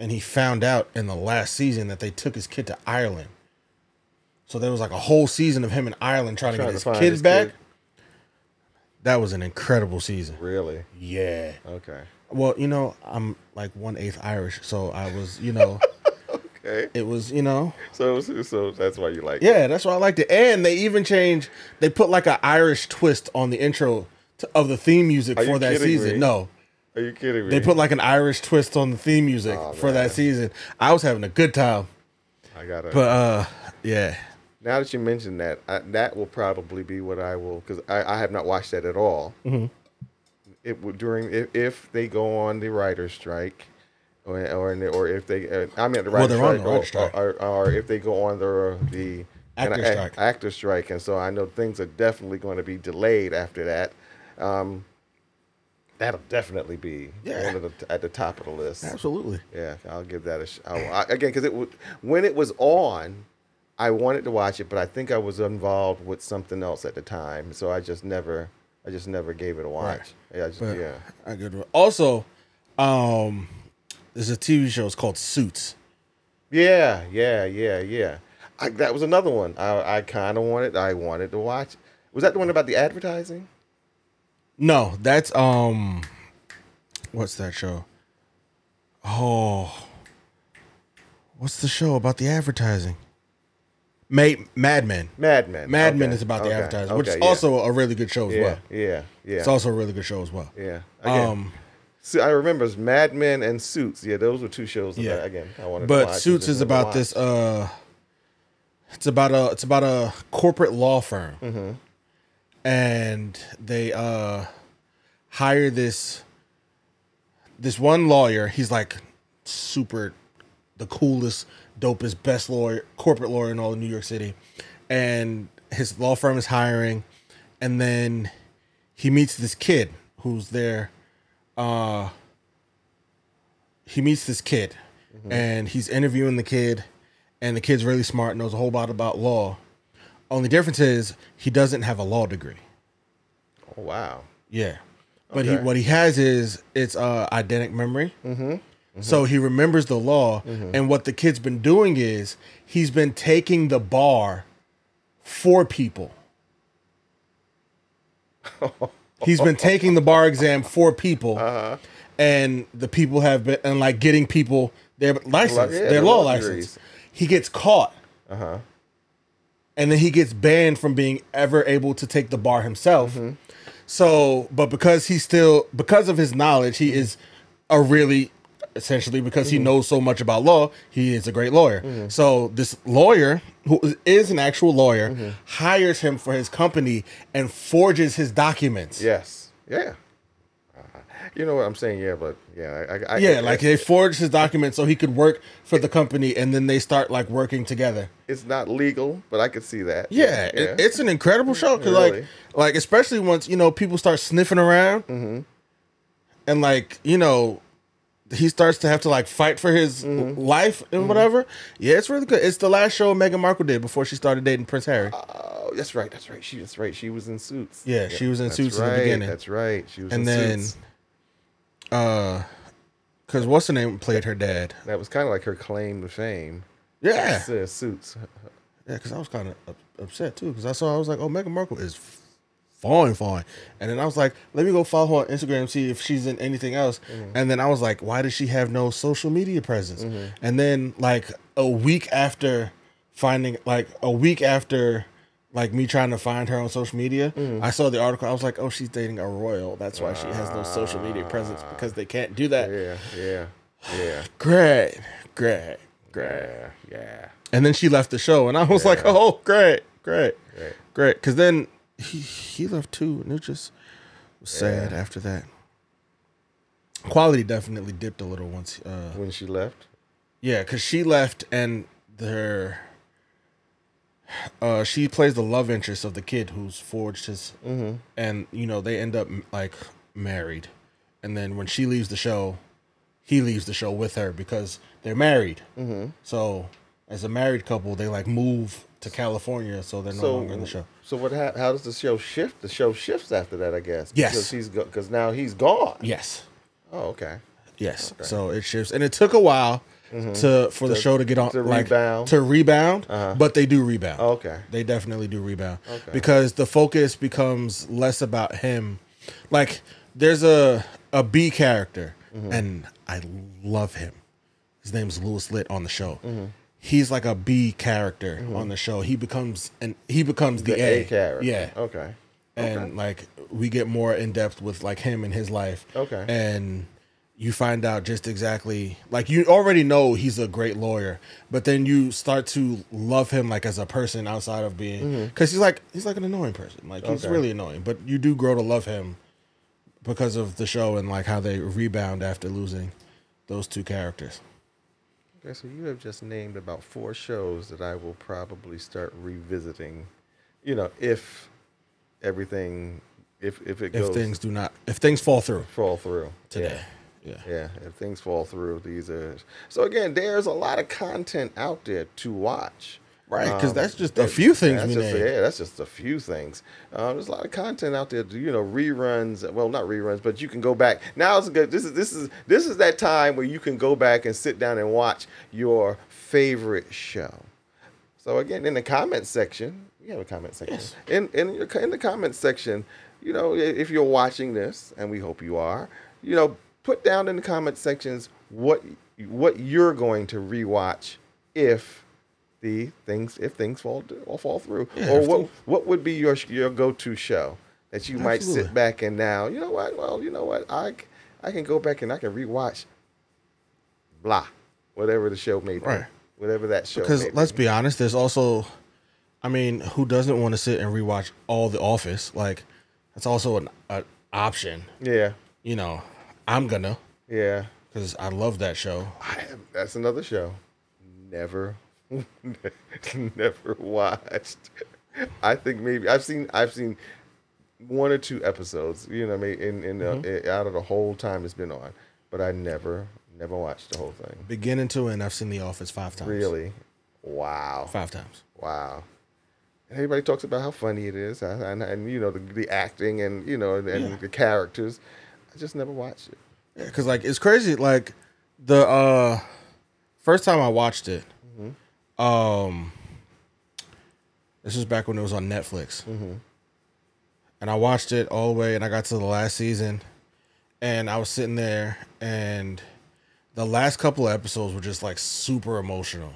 Speaker 1: and he found out in the last season that they took his kid to Ireland. So there was like a whole season of him in Ireland trying,
Speaker 2: Trying
Speaker 1: to
Speaker 2: to
Speaker 1: get
Speaker 2: find
Speaker 1: his kid
Speaker 2: his
Speaker 1: back.
Speaker 2: kid.
Speaker 1: That was an incredible season.
Speaker 2: Really?
Speaker 1: Yeah.
Speaker 2: Okay.
Speaker 1: Well, you know, I'm like one eighth Irish, so I was, you
Speaker 2: <laughs>
Speaker 1: know,
Speaker 2: Okay.
Speaker 1: it was, you know,
Speaker 2: So so that's why you like. it.
Speaker 1: yeah, that's why I liked it. And they even changed, they put like an Irish twist on the intro to, of the theme music
Speaker 2: Are you
Speaker 1: for that
Speaker 2: kidding
Speaker 1: season.
Speaker 2: me?
Speaker 1: No,
Speaker 2: Are you kidding me?
Speaker 1: they put like an Irish twist on the theme music
Speaker 2: Aw,
Speaker 1: for that season. I was having a good time,
Speaker 2: I gotta.
Speaker 1: but uh, yeah,
Speaker 2: now that you mention that, I, that will probably be what I will because I, I have not watched that at all.
Speaker 1: Mm-hmm.
Speaker 2: It would during if, if they go on the writer's strike, or or, in the, or if they uh, I mean the
Speaker 1: Well,
Speaker 2: writer's
Speaker 1: they're on
Speaker 2: strike,
Speaker 1: the
Speaker 2: or-
Speaker 1: writer's strike.
Speaker 2: Or, or if they go on the the and
Speaker 1: Actor
Speaker 2: I-
Speaker 1: strike.
Speaker 2: actor strike, and so I know things are definitely going to be delayed after that. Um, that'll definitely be
Speaker 1: Yeah.
Speaker 2: one of the, at the top of the list.
Speaker 1: absolutely.
Speaker 2: Yeah, I'll give that a shot. I, again, because it w- when it was on, I wanted to watch it, but I think I was involved with something else at the time, so I just never, I just never gave it a watch.
Speaker 1: Right.
Speaker 2: Yeah, I just,
Speaker 1: But
Speaker 2: yeah.
Speaker 1: I good one. Also, um, there's a TV show. It's called Suits.
Speaker 2: Yeah, yeah, yeah, yeah. I, that was another one. I, I kind of wanted, I wanted to watch. Was that the one about the advertising?
Speaker 1: No, that's um what's that show? Oh. What's the show about the advertising? Made Mad Men.
Speaker 2: Mad Men.
Speaker 1: Mad
Speaker 2: Okay,
Speaker 1: Men is about the
Speaker 2: okay,
Speaker 1: advertising, which
Speaker 2: okay,
Speaker 1: is
Speaker 2: yeah,
Speaker 1: also a really good show as
Speaker 2: yeah,
Speaker 1: well.
Speaker 2: yeah, yeah,
Speaker 1: It's also a really good show as well.
Speaker 2: yeah. Again,
Speaker 1: Um
Speaker 2: so I remember it's Mad Men and Suits. Yeah, those were two shows. That
Speaker 1: Yeah.
Speaker 2: I, again, I wanted. to
Speaker 1: but
Speaker 2: watch, I
Speaker 1: Suits
Speaker 2: just
Speaker 1: is
Speaker 2: never
Speaker 1: about
Speaker 2: watched.
Speaker 1: this uh it's about a it's about a corporate law firm.
Speaker 2: Mm-hmm.
Speaker 1: And they uh hire this this one lawyer, he's like super the coolest, dopest, best lawyer, corporate lawyer in all of New York City. And his law firm is hiring. And then he meets this kid who's there. Uh, he meets this kid and he's interviewing the kid. And the kid's really smart, knows a whole lot about law. Only difference is he doesn't have a law degree.
Speaker 2: Oh, wow.
Speaker 1: Yeah. But he
Speaker 2: Okay.
Speaker 1: what he has is it's uh eidetic memory. Mm-hmm. So he remembers the law, and what the kid's been doing is he's been taking the bar for <laughs> people. he's been taking the bar exam for people, and the people have been and like getting people their license,
Speaker 2: yeah,
Speaker 1: their
Speaker 2: their
Speaker 1: law
Speaker 2: law
Speaker 1: license.
Speaker 2: degrees.
Speaker 1: He gets caught, and then he gets banned from being ever able to take the bar himself. So, but because he's still because of his knowledge, he is a really essentially because he knows so much about law, he is a great lawyer. So this lawyer who is- is an actual lawyer hires him for his company and forges his documents.
Speaker 2: Yes. Yeah. Uh, you know what I'm saying? Yeah, but yeah, I, I, I
Speaker 1: Yeah,
Speaker 2: it-
Speaker 1: like
Speaker 2: it-
Speaker 1: they forged his documents so he could work for the company and then they start like working together.
Speaker 2: it's not legal, but I could see that.
Speaker 1: Yeah, It, it's an incredible show because like,
Speaker 2: Really.
Speaker 1: like especially once you know people start sniffing around, and like you know, he starts to have to like fight for his life and whatever. Yeah, it's really good. It's the last show Meghan Markle did before she started dating Prince Harry.
Speaker 2: oh, that's right. That's right. She that's right. She was in suits.
Speaker 1: Yeah, she was in
Speaker 2: that's
Speaker 1: Suits in
Speaker 2: right,
Speaker 1: the beginning.
Speaker 2: That's right. She was
Speaker 1: and
Speaker 2: in
Speaker 1: then,
Speaker 2: suits.
Speaker 1: uh, because what's her name played her dad.
Speaker 2: That was kind of like her claim to fame.
Speaker 1: Yeah,
Speaker 2: It's, uh, suits.
Speaker 1: yeah. Because I was kind of upset too because I saw I was like, oh, Meghan Markle is. Fine, fine. And then I was like, let me go follow her on Instagram and see if she's in anything else. And then I was like, why does she have no social media presence? And then like a week after finding like a week after like me trying to find her on social media, I saw the article. I was like, oh, she's dating a royal. That's why she has no social media presence because they can't do that.
Speaker 2: Yeah, yeah, yeah,
Speaker 1: Great, great, great.
Speaker 2: yeah, yeah.
Speaker 1: And then she left the show, and I was like, oh, great, great,
Speaker 2: Right.
Speaker 1: great. Because then he he left too, and it just was sad after that. Quality definitely dipped a little once. Uh,
Speaker 2: When she left,
Speaker 1: yeah, because she left, and her uh, she plays the love interest of the kid who's forged his, and you know they end up m- like married, and then when she leaves the show, he leaves the show with her because they're married. So as a married couple, they like move to California, so they're no longer in the show.
Speaker 2: So what? hap how does the show shift? The show shifts after that, I guess.
Speaker 1: Yes.
Speaker 2: Because he's because now he's gone.
Speaker 1: Yes,
Speaker 2: Oh, okay. Mm-hmm.
Speaker 1: yes. So it shifts, and it took a while to for the
Speaker 2: To-
Speaker 1: show to get on
Speaker 2: to
Speaker 1: like,
Speaker 2: rebound. Uh-huh. Oh,
Speaker 1: to rebound, but they do rebound.
Speaker 2: Okay.
Speaker 1: They definitely do rebound
Speaker 2: Okay.
Speaker 1: because the focus becomes less about him. Like there's a a B character,
Speaker 2: Mm-hmm.
Speaker 1: and I love him. His name's Lewis Lit on the show.
Speaker 2: Mm-hmm.
Speaker 1: He's like a B character on the show. He becomes and he becomes the,
Speaker 2: The
Speaker 1: A.
Speaker 2: A character.
Speaker 1: Yeah,
Speaker 2: Okay.
Speaker 1: and like we get more in depth with like him and his life.
Speaker 2: Okay.
Speaker 1: And you find out just exactly like you already know he's a great lawyer, but then you start to love him like as a person outside of being because he's like he's like an annoying person. Like he's
Speaker 2: Mm-hmm. Okay.
Speaker 1: really annoying, but you do grow to love him because of the show and like how they rebound after losing those two characters.
Speaker 2: Okay. So you have just named about four shows that I will probably start revisiting. You know, if everything, if if it
Speaker 1: If
Speaker 2: goes
Speaker 1: things do not, if things fall through
Speaker 2: fall through
Speaker 1: today,
Speaker 2: Yeah.
Speaker 1: yeah.
Speaker 2: Yeah, if things fall through, these are so again. There's a lot of content out there to watch, Um,
Speaker 1: Right, 'cause that's just a
Speaker 2: that-
Speaker 1: few things
Speaker 2: That's
Speaker 1: we
Speaker 2: just,
Speaker 1: named.
Speaker 2: yeah, that's just a few things. Um, there's a lot of content out there. You know, reruns. Well, not reruns, but you can go back. Now it's good. This is this is this is that time where you can go back and sit down and watch your favorite show. So again, in the comment section, we have a comment section.
Speaker 1: Yes.
Speaker 2: In in your in the comment section, you know, i- if you're watching this, and we hope you are, you know, put down in the comment sections what what you're going to rewatch if the things if things fall or fall through,
Speaker 1: Yeah,
Speaker 2: or
Speaker 1: if
Speaker 2: what what would be your your go to show that you might
Speaker 1: Absolutely.
Speaker 2: sit back and now you know what? Well, you know what? I c- I can go back and I can rewatch blah, whatever the show may be,
Speaker 1: Right.
Speaker 2: whatever that show.
Speaker 1: Because
Speaker 2: may be.
Speaker 1: let's be honest, there's also, I mean, who doesn't want to sit and rewatch all The Office? Like, that's also an, an option.
Speaker 2: Yeah,
Speaker 1: You know, I'm gonna
Speaker 2: yeah.
Speaker 1: because I love that show.
Speaker 2: I have, that's another show. Never, <laughs> never watched. I think maybe I've seen I've seen one or two episodes. You know, what I mean, in in, uh,
Speaker 1: Mm-hmm.
Speaker 2: out of the whole time it's been on, but I never never watched the whole thing.
Speaker 1: Beginning to end, I've seen The Office five times.
Speaker 2: Really, wow,
Speaker 1: Five times.
Speaker 2: wow. And everybody talks about how funny it is, and, and, and you know the, the acting and you know and, and
Speaker 1: Yeah.
Speaker 2: the characters. I just never watched it.
Speaker 1: Because like it's crazy. Like the uh first time I watched it, um, this was back when it was on Netflix, and I watched it all the way, and I got to the last season, and I was sitting there, and the last couple of episodes were just like super emotional.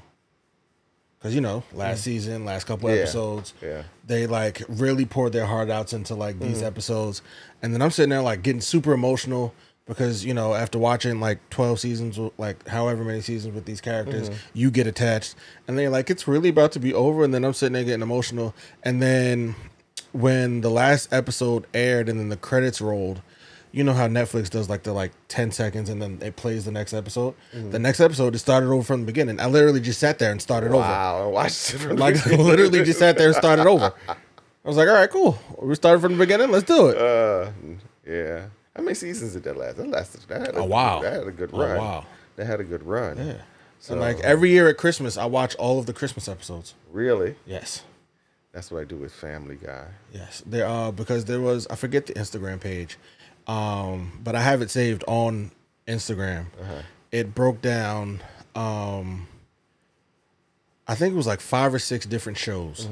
Speaker 1: Cause you know, last season, last couple
Speaker 2: Mm. Yeah.
Speaker 1: episodes,
Speaker 2: Yeah.
Speaker 1: they like really poured their heart outs into like these episodes and then i'm sitting there like getting super emotional because you know after watching like 12 seasons or, like however many seasons with these characters you get attached and they're like it's really about to be over and then i'm sitting there getting emotional and then when the last episode aired and then the credits rolled you know how netflix does like the like 10 seconds and then it plays the next episode the next episode it started over from the beginning i literally just sat there and started over
Speaker 2: Wow, I watched it. From the
Speaker 1: like <laughs>
Speaker 2: beginning.
Speaker 1: literally just sat there and started over. I was like, all right, cool. We started from the beginning. Let's do it.
Speaker 2: Uh, yeah. How many seasons did that last? That lasted. That had a,
Speaker 1: A while.
Speaker 2: That had a good
Speaker 1: A
Speaker 2: run.
Speaker 1: while.
Speaker 2: That had a good run.
Speaker 1: Yeah. So like every year at Christmas, I watch all of the Christmas episodes.
Speaker 2: Really,
Speaker 1: Yes.
Speaker 2: that's what I do with Family Guy.
Speaker 1: Yes. There uh because there was I forget the Instagram page. Um but I have it saved on Instagram. It broke down um I think it was like five or six different shows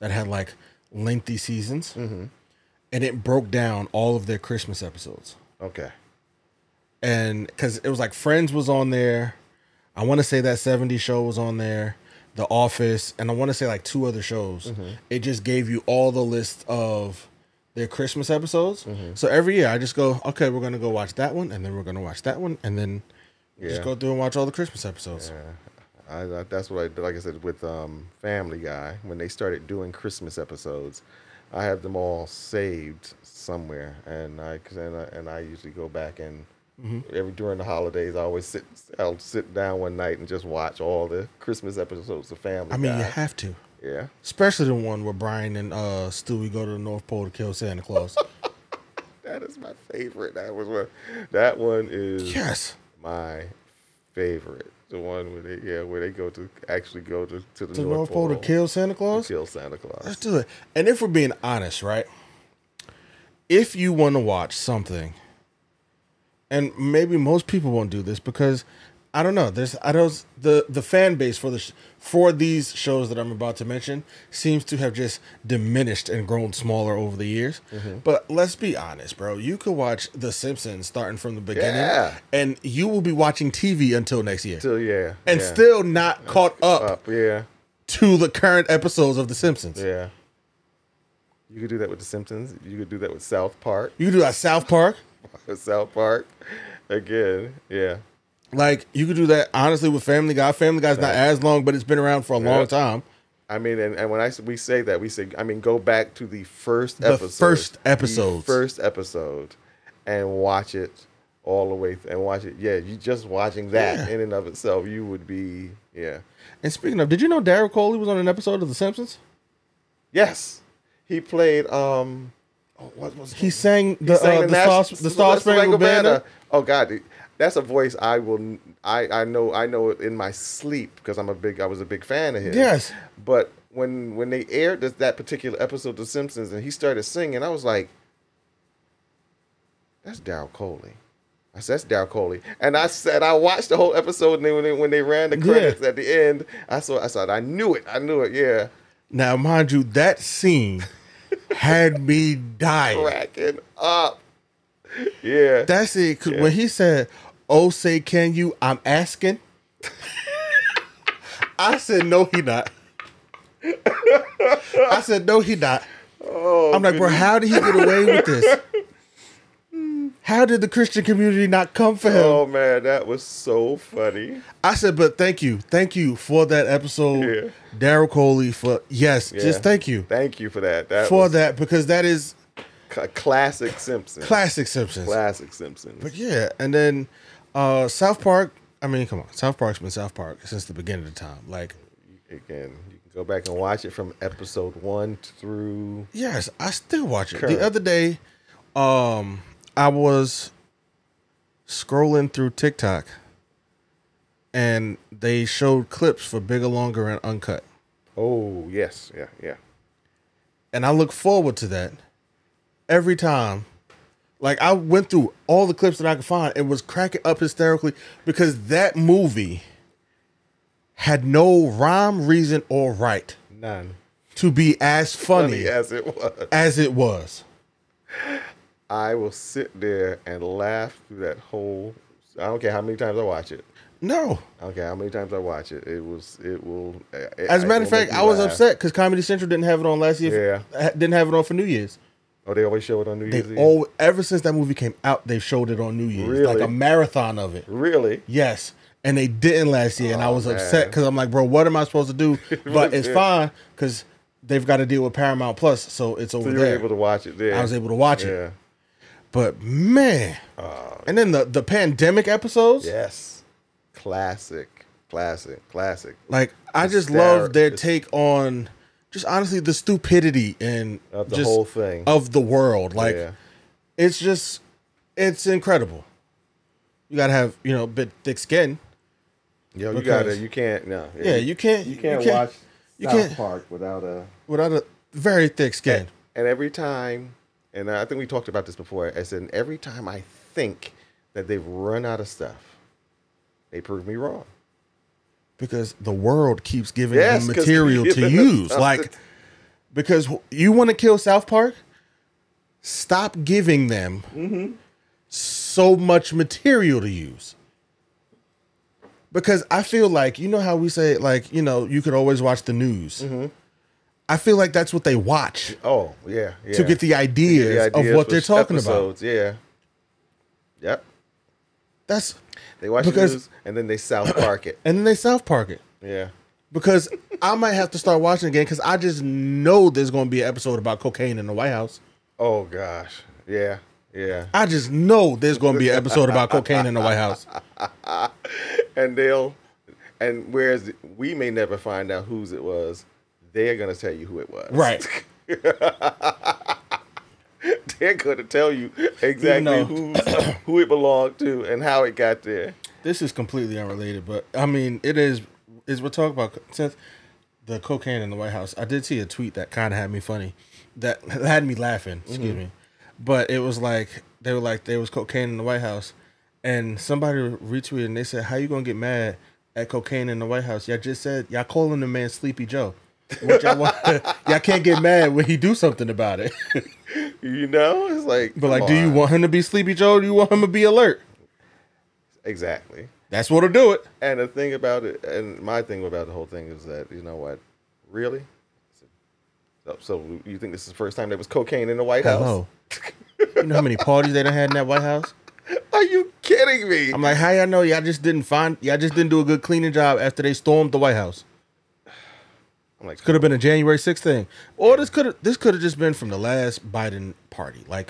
Speaker 1: that had like lengthy seasons. And it broke down all of their Christmas episodes.
Speaker 2: Okay.
Speaker 1: and because it was like Friends was on there. I want to say that 70 show was on there, The Office, and I want to say like two other shows.
Speaker 2: Mm-hmm.
Speaker 1: It just gave you all the list of their Christmas episodes.
Speaker 2: Mm-hmm.
Speaker 1: So every year I just go, okay, we're going to go watch that one, and then we're going to watch that one, and then
Speaker 2: Yeah.
Speaker 1: just go through and watch all the Christmas episodes.
Speaker 2: I, I, that's what I did. Like I said, with um, Family Guy, when they started doing Christmas episodes, I have them all saved somewhere, and I 'cause- and I, and I usually go back and
Speaker 1: Mm-hmm.
Speaker 2: every during the holidays, I always sit. I'll sit down one night and just watch all the Christmas episodes of Family
Speaker 1: I mean, you
Speaker 2: Guy.
Speaker 1: have to.
Speaker 2: yeah.
Speaker 1: Especially the one where Brian and uh, Stewie go to the North Pole to kill Santa
Speaker 2: <laughs>
Speaker 1: Claus.
Speaker 2: That is my favorite. That was one. That one is
Speaker 1: yes.
Speaker 2: my favorite. the one where they yeah where they go to actually go to to the
Speaker 1: The
Speaker 2: North,
Speaker 1: North Pole to kill Santa
Speaker 2: to
Speaker 1: Claus?
Speaker 2: kill Santa Claus.
Speaker 1: Let's do it. And if we're being honest, right? If you want to watch something, and maybe most people won't do this because I don't know. There's I don't the the fan base for the sh- for these shows that I'm about to mention seems to have just diminished and grown smaller over the years.
Speaker 2: Mm-hmm.
Speaker 1: But let's be honest, bro. You could watch The Simpsons starting from the beginning,
Speaker 2: Yeah.
Speaker 1: and you will be watching TV until next year,
Speaker 2: So yeah,
Speaker 1: and
Speaker 2: yeah.
Speaker 1: still not caught up
Speaker 2: up yeah
Speaker 1: to the current episodes of The Simpsons.
Speaker 2: yeah. You could do that with The Simpsons. You could do that with South Park. <laughs>
Speaker 1: You could do that South Park.
Speaker 2: South Park, again, yeah.
Speaker 1: Like you could do that honestly with Family Guy. Family Guy's not as long, but it's been around for a long time.
Speaker 2: I mean, and, and when I s- we say that, we say I mean go back to the first
Speaker 1: The
Speaker 2: episode,
Speaker 1: first
Speaker 2: The
Speaker 1: episodes.
Speaker 2: first episode, and watch it all the way th- and watch it. Yeah, you just watching that
Speaker 1: Yeah.
Speaker 2: in and of itself, you would be yeah.
Speaker 1: And speaking of, did you know Daryl Coley was on an episode of The Simpsons?
Speaker 2: Yes, he played. um oh, What was
Speaker 1: He sang the
Speaker 2: sang
Speaker 1: uh, the,
Speaker 2: Nas-
Speaker 1: Star, the Star Spangled Banner.
Speaker 2: Oh God, that's a voice I will. n- I I know I know it in my sleep because I'm a big. I was a big fan of his.
Speaker 1: Yes.
Speaker 2: But when when they aired this, that particular episode of The Simpsons and he started singing, I was like, "That's Daryl Coley." I said, "That's Daryl Coley," and I said I watched the whole episode. And then when they, when they ran the
Speaker 1: Yeah.
Speaker 2: credits at the end, I saw I saw it. I knew it. I knew it. Yeah,
Speaker 1: Now, mind you, that scene had me dying.
Speaker 2: cracking up. Yeah.
Speaker 1: That's it. 'cause When he said, "Oh, say can you?" I'm asking. <laughs> I said, "No, he not." <laughs> I said, "No, he not."
Speaker 2: oh,
Speaker 1: I'm like, bro,
Speaker 2: goodness.
Speaker 1: how did he get away with
Speaker 2: <laughs>
Speaker 1: this? How did the Christian community not come for him?
Speaker 2: Oh man, that was so funny.
Speaker 1: I said, but thank you, thank you for that episode, Daryl Coley. For yes,
Speaker 2: Yeah.
Speaker 1: just thank you
Speaker 2: Thank you for that. That
Speaker 1: for
Speaker 2: was
Speaker 1: that because that is
Speaker 2: a classic Simpson.
Speaker 1: classic Simpsons.
Speaker 2: Classic Simpson.
Speaker 1: But yeah, and then uh, South Park. I mean, come on, South Park's been South Park since the beginning of the time. Like,
Speaker 2: Again, you can go back and watch it from episode one through.
Speaker 1: yes, I still watch it.
Speaker 2: Correct.
Speaker 1: The other day, um, I was scrolling through TikTok, and they showed clips for bigger, longer, and uncut.
Speaker 2: Oh yes, yeah, yeah.
Speaker 1: and I look forward to that every time. Like I went through all the clips that I could find and was cracking up hysterically because that movie had no rhyme, reason, or right
Speaker 2: None.
Speaker 1: to be as funny,
Speaker 2: Funny as it was,
Speaker 1: as it was.
Speaker 2: I will sit there and laugh through that whole. I don't care how many times I watch it.
Speaker 1: No,
Speaker 2: I don't care how many times I watch it. It was. It will. it-
Speaker 1: as a
Speaker 2: it
Speaker 1: matter of
Speaker 2: will
Speaker 1: fact,
Speaker 2: make
Speaker 1: I
Speaker 2: you
Speaker 1: was
Speaker 2: laugh.
Speaker 1: upset because Comedy Central didn't have it on last year. Yeah, didn't have it on for New Year's.
Speaker 2: Oh, they always show it on New
Speaker 1: They
Speaker 2: Year's. Eve?
Speaker 1: all ever since that movie came out, they've showed it on New Year's, like
Speaker 2: Really?
Speaker 1: a marathon of it.
Speaker 2: really.
Speaker 1: Yes. And they didn't last year. and I
Speaker 2: Oh,
Speaker 1: was
Speaker 2: man.
Speaker 1: upset because I'm like, bro, what am I supposed to
Speaker 2: <laughs>
Speaker 1: do? But it's fine because they've got to deal with Paramount Plus. So it's
Speaker 2: So
Speaker 1: over
Speaker 2: you were
Speaker 1: there.
Speaker 2: able to watch it there.
Speaker 1: I was able to watch it.
Speaker 2: Yeah. Oh,
Speaker 1: But man. and then the, the pandemic episodes.
Speaker 2: Yes. Classic. Classic. Classic.
Speaker 1: Like, I just
Speaker 2: Hyster-
Speaker 1: love their take on just honestly the stupidity and
Speaker 2: Of the
Speaker 1: just
Speaker 2: whole thing.
Speaker 1: of the world. Like,
Speaker 2: yeah.
Speaker 1: it's just, it's incredible. You got to have, you know, a bit thick skin.
Speaker 2: Yo, you
Speaker 1: because-
Speaker 2: gotta you can't no.
Speaker 1: Yeah, you can't.
Speaker 2: you can't watch
Speaker 1: you
Speaker 2: South
Speaker 1: can't-
Speaker 2: Park without a
Speaker 1: Without a very thick skin.
Speaker 2: and every time and I think we talked about this before, I said every time I think that they've run out of stuff, they prove me wrong.
Speaker 1: because the world keeps giving
Speaker 2: Yes,
Speaker 1: you
Speaker 2: 'cause <laughs>
Speaker 1: material
Speaker 2: they're
Speaker 1: to
Speaker 2: giving
Speaker 1: use.
Speaker 2: us-
Speaker 1: Like, because wh- you want to kill South Park, stop giving them
Speaker 2: Mm-hmm.
Speaker 1: so much material to use. Because I feel like you know how we say like you know you could always watch the news.
Speaker 2: Mm-hmm.
Speaker 1: I feel like that's what they watch
Speaker 2: Oh, yeah, yeah.
Speaker 1: to get the ideas,
Speaker 2: The ideas
Speaker 1: of what
Speaker 2: for
Speaker 1: they're talking about.
Speaker 2: episodes, Yeah. Yep.
Speaker 1: That's
Speaker 2: They watch
Speaker 1: Because-
Speaker 2: the news and then they South Park it.
Speaker 1: and then they South Park it.
Speaker 2: Yeah.
Speaker 1: because I might have to start watching again because I just know there's going to be an episode about cocaine in the White House.
Speaker 2: Oh gosh. Yeah. Yeah.
Speaker 1: I just know there's going to be an episode about cocaine in the White House.
Speaker 2: and they'll and whereas we may never find out whose it was they're going to tell you who it was
Speaker 1: Right.
Speaker 2: <laughs> they're going to tell you exactly
Speaker 1: know.
Speaker 2: <coughs> who who it belonged to and how it got there
Speaker 1: This is completely unrelated, but I mean, it is. Is we're talking about Seth, the cocaine in the White House. I did see a tweet that kind of had me funny, that <laughs> had me laughing. Excuse
Speaker 2: Mm-hmm.
Speaker 1: me, but it was like they were like there was cocaine in the White House, and somebody retweeted and they said, "How you gonna get mad at cocaine in the White House? Y'all just said y'all calling the man Sleepy Joe." Which y'all, want, <laughs> y'all can't get mad when he do something about it. <laughs>
Speaker 2: You know, it's like.
Speaker 1: But like,
Speaker 2: come
Speaker 1: do you
Speaker 2: on.
Speaker 1: want him to be Sleepy Joe? Or do you want him to be alert?
Speaker 2: exactly?
Speaker 1: That's what'll do it.
Speaker 2: And the thing about it, and my thing about the whole thing is that you know what, really. So, so you think this is the first time there was cocaine in the White
Speaker 1: Hello. <laughs> you know how many parties they done had in that White House?
Speaker 2: House? <laughs> Are you kidding me?
Speaker 1: I'm like, how y'all know y'all just didn't find y'all just didn't do a good cleaning job after they stormed the White House?
Speaker 2: I'm like,
Speaker 1: Could have been a January 6th thing. Or this could have this could have just been from the last Biden party. Like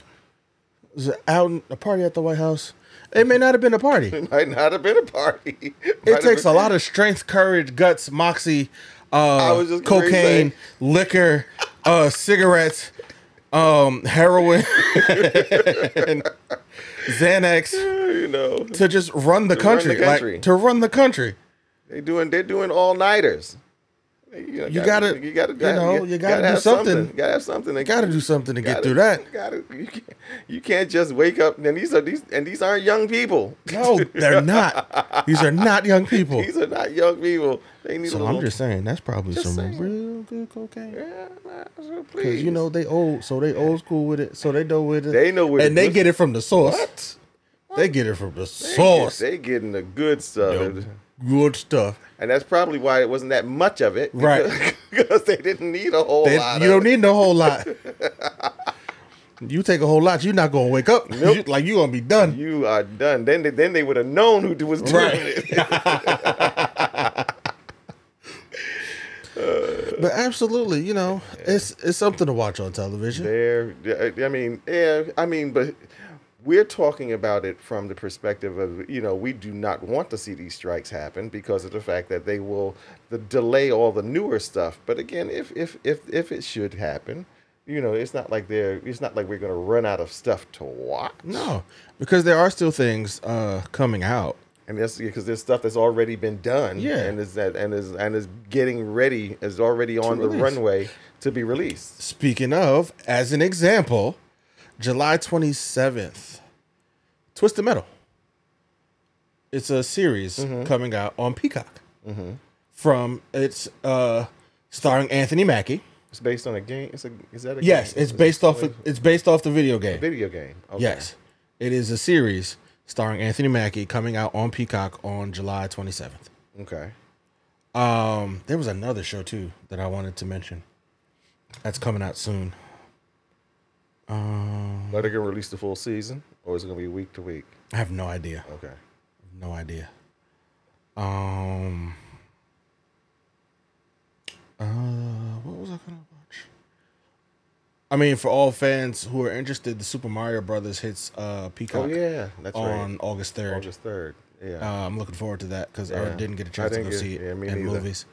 Speaker 1: it was out in a party at the White House. It may not have been a party.
Speaker 2: <laughs> might not have been a party.
Speaker 1: It takes a lot of strength, courage, guts, moxie, uh,
Speaker 2: was just gonna
Speaker 1: cocaine,
Speaker 2: say.
Speaker 1: liquor, uh, cigarettes, um, heroin, <laughs> Xanax.
Speaker 2: You know,
Speaker 1: to just run the
Speaker 2: run the
Speaker 1: country,
Speaker 2: country.
Speaker 1: like to run the country.
Speaker 2: they doing they're doing all nighters. You, know,
Speaker 1: You gotta-
Speaker 2: you gotta,
Speaker 1: you know, you gotta do
Speaker 2: have
Speaker 1: something.
Speaker 2: You gotta have something. You
Speaker 1: Got to do something to get through that.
Speaker 2: Gotta, you, can't, you can't just wake up. And these are these, and these aren't young people.
Speaker 1: No, they're not. These are not young people.
Speaker 2: These are not young people. They need a
Speaker 1: So
Speaker 2: little.
Speaker 1: I'm just saying that's probably some
Speaker 2: saying.
Speaker 1: real good cocaine.
Speaker 2: Yeah, nah, so
Speaker 1: Cause
Speaker 2: please.
Speaker 1: you know they old, so they old school with it, so they know with it.
Speaker 2: They know where
Speaker 1: and
Speaker 2: the
Speaker 1: they
Speaker 2: good-
Speaker 1: get it from the source.
Speaker 2: What?
Speaker 1: They get it from the
Speaker 2: They get-
Speaker 1: source.
Speaker 2: They getting the good stuff.
Speaker 1: Good stuff.
Speaker 2: And that's probably why it wasn't that much of it.
Speaker 1: Right.
Speaker 2: <laughs> Because they didn't need a whole
Speaker 1: They-
Speaker 2: lot
Speaker 1: you
Speaker 2: of
Speaker 1: don't need no whole
Speaker 2: <laughs>
Speaker 1: lot. you take a whole lot, you're not gonna wake up. You- <laughs> like you gonna be
Speaker 2: it.
Speaker 1: done.
Speaker 2: You are done. Then they, then they would have known who was doing
Speaker 1: Right.
Speaker 2: it.
Speaker 1: But absolutely, you know, it's it's something to watch on television.
Speaker 2: There, I mean, yeah, I mean, but we're talking about it from the perspective of you know we do not want to see these strikes happen because of the fact that they will the delay all the newer stuff. But again, if if if if it should happen, you know, it's not like they're it's not like we're going to run out of stuff to watch.
Speaker 1: No, because there are still things uh, coming out.
Speaker 2: and that's because there's stuff that's already been done.
Speaker 1: Yeah.
Speaker 2: and is that and is and is getting ready is already on the
Speaker 1: release.
Speaker 2: runway to be released.
Speaker 1: Speaking of, as an example, July 27th, Twisted Metal. It's a series coming out on Peacock. From it's uh, starring Anthony Mackie.
Speaker 2: It's based on a game. It's a is that a
Speaker 1: Yes,
Speaker 2: game?
Speaker 1: it's
Speaker 2: Is it
Speaker 1: based off.
Speaker 2: a
Speaker 1: Of, it's based off the video game.
Speaker 2: video game. Okay.
Speaker 1: Yes, it is a series starring Anthony Mackie coming out on Peacock on July 27th.
Speaker 2: Okay.
Speaker 1: Um, there was another show too that I wanted to mention. That's coming out soon.
Speaker 2: Are they gonna release the full season, or is it gonna be week to week?
Speaker 1: I have no idea.
Speaker 2: Okay.
Speaker 1: No idea. Um. Uh, what was I gonna watch? I mean, for all fans who are interested, the Super Mario Brothers hits uh Peacock
Speaker 2: Oh yeah, that's
Speaker 1: on
Speaker 2: right.
Speaker 1: August third.
Speaker 2: August third.
Speaker 1: Uh,
Speaker 2: Yeah.
Speaker 1: I'm looking forward to that because I
Speaker 2: Yeah.
Speaker 1: didn't get a
Speaker 2: I
Speaker 1: chance to go
Speaker 2: didn't get-
Speaker 1: see it
Speaker 2: yeah, me
Speaker 1: in
Speaker 2: neither.
Speaker 1: movies.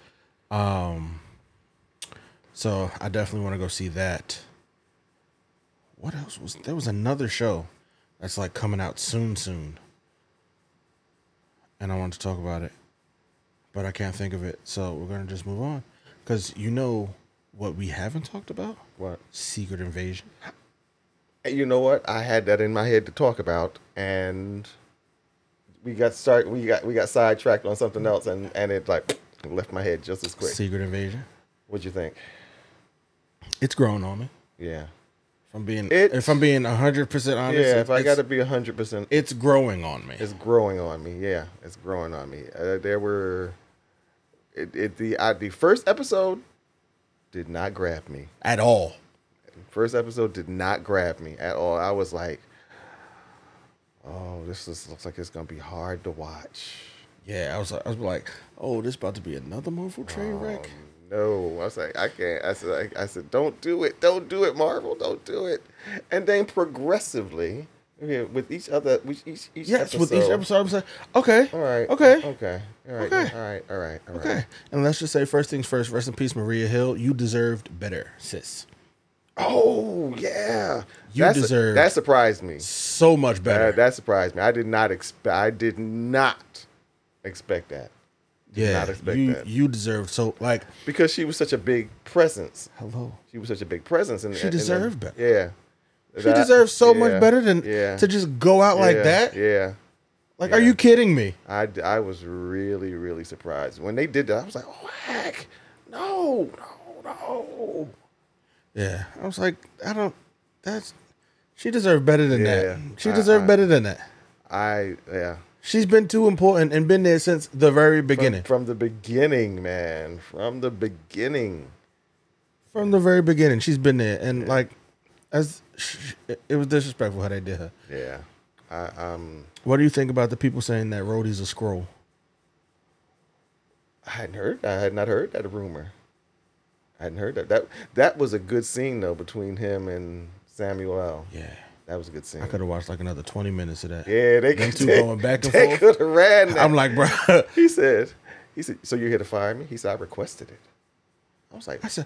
Speaker 1: Um, so I definitely want to go see that. What else was there? Was another show that's like coming out soon, soon, and I wanted to talk about it, but I can't think of it. So we're gonna just move on because you know what we haven't talked about:
Speaker 2: what?
Speaker 1: Secret Invasion.
Speaker 2: And you know what? I had that in my head to talk about, and we got start. We got we got sidetracked on something else, and and it like left my head just as quick.
Speaker 1: Secret Invasion.
Speaker 2: What'd you think?
Speaker 1: It's grown on me.
Speaker 2: Yeah.
Speaker 1: If I'm being,
Speaker 2: It-
Speaker 1: if I'm being hundred percent honest,
Speaker 2: yeah,
Speaker 1: it-
Speaker 2: if I
Speaker 1: it's-
Speaker 2: got to be 100%,
Speaker 1: it's growing on me.
Speaker 2: it's growing on me. Yeah, it's growing on me. Uh, there were it, it the I, the first episode did not grab me.
Speaker 1: at all.
Speaker 2: First episode did not grab me at all. I was like, "Oh, this is, looks like it's going to be hard to watch."
Speaker 1: Yeah, I was I was like, oh, this about to be another Marvel train
Speaker 2: Oh,
Speaker 1: wreck.
Speaker 2: No, I was like, I can't. I said, like, I said, don't do it, don't do it, Marvel, don't do it. And then progressively, yeah, with each other, with each each
Speaker 1: Yes, with each episode, I'm saying, okay,
Speaker 2: All right.
Speaker 1: okay,
Speaker 2: Okay. All right.
Speaker 1: Okay.
Speaker 2: All right. All right. All right.
Speaker 1: okay. And let's just say first things first. Rest in peace, Maria Hill. You deserved better, sis.
Speaker 2: Oh yeah,
Speaker 1: You
Speaker 2: That's-
Speaker 1: deserve-
Speaker 2: that surprised me.
Speaker 1: So much better.
Speaker 2: Uh, that surprised me. I did not expect. I did not expect that
Speaker 1: yeah,
Speaker 2: not expect
Speaker 1: you
Speaker 2: that.
Speaker 1: you deserve so like
Speaker 2: because she was such a big presence.
Speaker 1: hello.
Speaker 2: She was such a big presence, and
Speaker 1: She
Speaker 2: and- and-
Speaker 1: deserved better.
Speaker 2: Yeah,
Speaker 1: She deserves so
Speaker 2: yeah,
Speaker 1: much better than
Speaker 2: yeah,
Speaker 1: to just go out like
Speaker 2: yeah,
Speaker 1: that.
Speaker 2: Yeah,
Speaker 1: Like,
Speaker 2: yeah.
Speaker 1: are you kidding me?
Speaker 2: I, d- I was really really surprised when they did that. I was like, oh heck, no, no, no.
Speaker 1: Yeah, I was like, I don't. That's she deserved better than
Speaker 2: Yeah,
Speaker 1: that. She
Speaker 2: I-
Speaker 1: deserved
Speaker 2: I-
Speaker 1: better than that.
Speaker 2: I yeah.
Speaker 1: She's been too important and been there since the very beginning.
Speaker 2: From, from the beginning, man. From the beginning.
Speaker 1: From the very beginning, she's been there, and like, as sh it it was disrespectful how they did her.
Speaker 2: Yeah. I um
Speaker 1: What do you think about the people saying that Rhodey's a scroll?
Speaker 2: I hadn't heard. I had not heard that rumor. I hadn't heard that. That that was a good scene though between him and Samuel.
Speaker 1: Yeah,
Speaker 2: That was a good scene.
Speaker 1: I could have watched like another twenty minutes of that.
Speaker 2: yeah, they
Speaker 1: Them
Speaker 2: could
Speaker 1: two
Speaker 2: <laughs> they-
Speaker 1: going back and
Speaker 2: they
Speaker 1: forth.
Speaker 2: could have ran. That.
Speaker 1: I'm like, bro.
Speaker 2: he said, he said, so you're here to fire me? He said, I requested it. I was
Speaker 1: <laughs>
Speaker 2: like,
Speaker 1: I said,